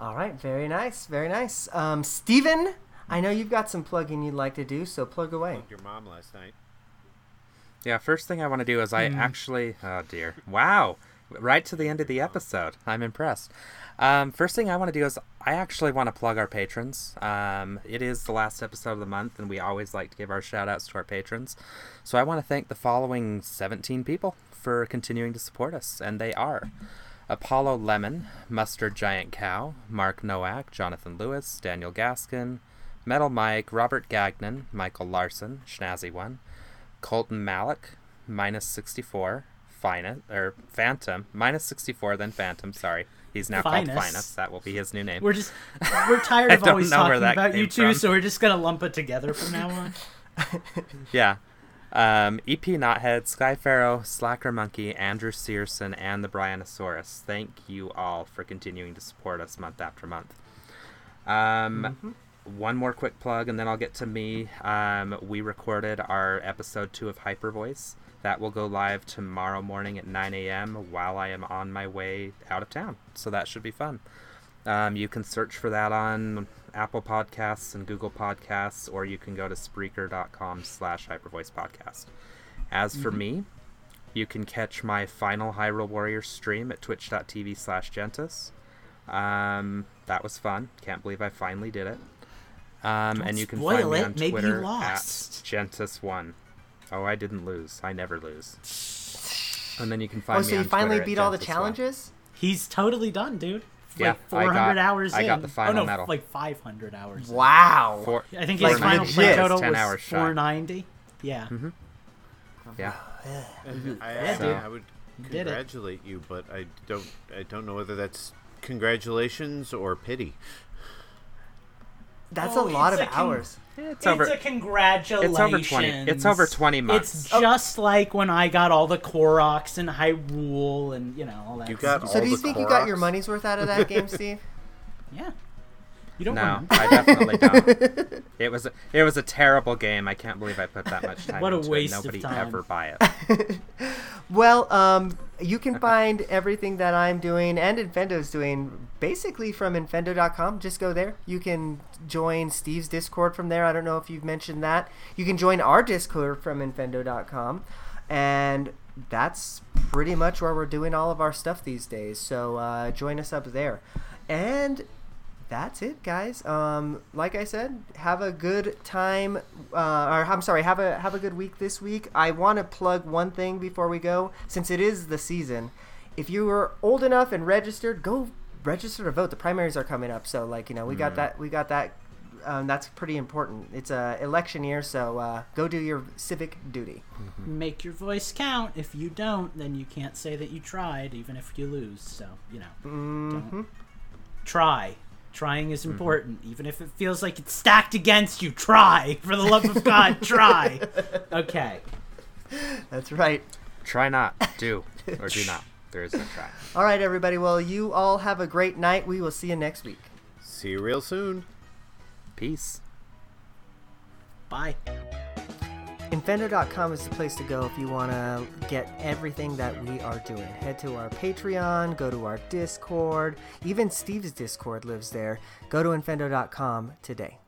[SPEAKER 2] All right, very nice, very nice. Um, Steven, I know you've got some plugging you'd like to do, so plug away.
[SPEAKER 5] Your mom last night.
[SPEAKER 4] Yeah, first thing I want to do is I actually. Oh dear! Wow, right to the end of the episode. I'm impressed. Um, first thing I want to do is I actually want to plug our patrons. Um, it is the last episode of the month, and we always like to give our shout outs to our patrons. So I want to thank the following 17 people for continuing to support us, and they are. Apollo Lemon, Mustard Giant Cow, Mark Noack, Jonathan Lewis, Daniel Gaskin, Metal Mike, Robert Gagnon, Michael Larson, Schnazzy One, Colton Malik, minus 64, Fina, or Phantom, minus 64, then Phantom, sorry. He's now called
[SPEAKER 3] Finus.
[SPEAKER 4] Finus. That will be his new name.
[SPEAKER 3] We're just we're tired
[SPEAKER 4] [LAUGHS] I
[SPEAKER 3] of
[SPEAKER 4] don't
[SPEAKER 3] always
[SPEAKER 4] know where
[SPEAKER 3] talking
[SPEAKER 4] that
[SPEAKER 3] about you
[SPEAKER 4] came
[SPEAKER 3] two,
[SPEAKER 4] from.
[SPEAKER 3] so we're just gonna lump it together from now on.
[SPEAKER 4] [LAUGHS] yeah. Um, EP Knothead, Sky Pharaoh, Slacker Monkey, Andrew Searson, and the Brianosaurus. Thank you all for continuing to support us month after month. Um, One more quick plug, and then I'll get to me. Um, we recorded our episode two of Hyper Voice. That will go live tomorrow morning at 9 a.m. while I am on my way out of town. So that should be fun. Um, you can search for that on Apple Podcasts and Google Podcasts, or you can go to Spreaker.com slash Hypervoice Podcast. As
[SPEAKER 3] Mm-hmm.
[SPEAKER 4] for me, you can catch my final Hyrule Warrior stream at twitch.tv slash Gentis. Um, that was fun. Can't believe I finally did it. Um, and you can
[SPEAKER 3] spoil
[SPEAKER 4] find me
[SPEAKER 3] it.
[SPEAKER 4] on
[SPEAKER 3] Maybe you
[SPEAKER 4] Twitter at
[SPEAKER 3] lost.
[SPEAKER 4] Gentis1. Oh, I didn't lose. I never lose. And then you can find
[SPEAKER 2] Oh,
[SPEAKER 4] me
[SPEAKER 2] so you
[SPEAKER 4] on
[SPEAKER 2] finally
[SPEAKER 4] Twitter at
[SPEAKER 2] beat all the
[SPEAKER 4] Gentis1.
[SPEAKER 2] challenges?
[SPEAKER 3] He's totally done, dude.
[SPEAKER 4] Yeah,
[SPEAKER 3] like
[SPEAKER 4] I
[SPEAKER 3] 400
[SPEAKER 4] got-
[SPEAKER 3] hours
[SPEAKER 4] I
[SPEAKER 3] in.
[SPEAKER 4] got the final
[SPEAKER 3] oh, no,
[SPEAKER 4] medal.
[SPEAKER 3] like 500 hours. in.
[SPEAKER 2] Wow.
[SPEAKER 4] Four,
[SPEAKER 3] I think
[SPEAKER 4] four
[SPEAKER 3] his final
[SPEAKER 4] ninety
[SPEAKER 3] play
[SPEAKER 4] shots,
[SPEAKER 3] total
[SPEAKER 4] 10
[SPEAKER 3] was
[SPEAKER 4] hours Hmm. shot.
[SPEAKER 3] 490. Yeah.
[SPEAKER 4] Yeah.
[SPEAKER 5] I, actually-
[SPEAKER 4] dude.
[SPEAKER 5] I would
[SPEAKER 3] did it.
[SPEAKER 5] congratulate you, but I don't. I don't know whether that's congratulations or pity.
[SPEAKER 2] That's a
[SPEAKER 3] Oh,
[SPEAKER 2] lot
[SPEAKER 3] it's
[SPEAKER 2] of
[SPEAKER 3] a con-
[SPEAKER 2] hours.
[SPEAKER 4] It's over.
[SPEAKER 3] a congratulations.
[SPEAKER 4] It's over 20. It's over 20 months.
[SPEAKER 3] It's just like when I got all the Koroks and Hyrule and, you know, all that
[SPEAKER 5] You
[SPEAKER 3] stuff.
[SPEAKER 5] got all
[SPEAKER 2] So do you
[SPEAKER 5] the
[SPEAKER 2] think you got your
[SPEAKER 5] Koroks?
[SPEAKER 2] money's worth out of that
[SPEAKER 4] [LAUGHS]
[SPEAKER 2] game, Steve?
[SPEAKER 3] Yeah. You don't
[SPEAKER 4] No,
[SPEAKER 3] remember.
[SPEAKER 4] I definitely don't. It was a, it was a terrible game. I can't believe I put
[SPEAKER 3] [LAUGHS]
[SPEAKER 4] that much time.
[SPEAKER 3] What a
[SPEAKER 4] into
[SPEAKER 3] waste
[SPEAKER 4] it.
[SPEAKER 3] of
[SPEAKER 4] Nobody
[SPEAKER 3] time.
[SPEAKER 4] ever buy it.
[SPEAKER 2] Well, um, you can find everything that I'm doing and Infendo's doing basically from Infendo.com. Just go there. You can join Steve's Discord from there. I don't know if you've mentioned that. You can join our Discord from Infendo.com. And that's pretty much where we're doing all of our stuff these days. So uh, join us up there. And that's it, guys. Um, like I said, have a good time. Uh, or I'm sorry, have a have a good week this week. I want to plug one thing before we go, since it is the season. If you were old enough and registered, go register to vote. The primaries are coming up, so like you know, we got that we got that Um, that's pretty important. It's a election year, so uh, go do your civic duty.
[SPEAKER 3] Make your voice count. If you don't, then you can't say that you tried, even if you lose. So, you know,
[SPEAKER 5] Mm-hmm.
[SPEAKER 3] don't. try. Trying is important, even if it feels like it's stacked against you. Try, for the love of God,
[SPEAKER 5] [LAUGHS]
[SPEAKER 3] try. Okay.
[SPEAKER 2] That's right.
[SPEAKER 4] Try not, do, or do not. There is no try.
[SPEAKER 2] All right, everybody. Well, you all have a great night. We will see you next week.
[SPEAKER 5] See you real soon.
[SPEAKER 4] Peace.
[SPEAKER 3] Bye.
[SPEAKER 2] Infendo.com is the place to go if you want to get everything that we are doing. Head to our Patreon, go to our Discord, even Steve's Discord lives there. Go to Infendo.com today.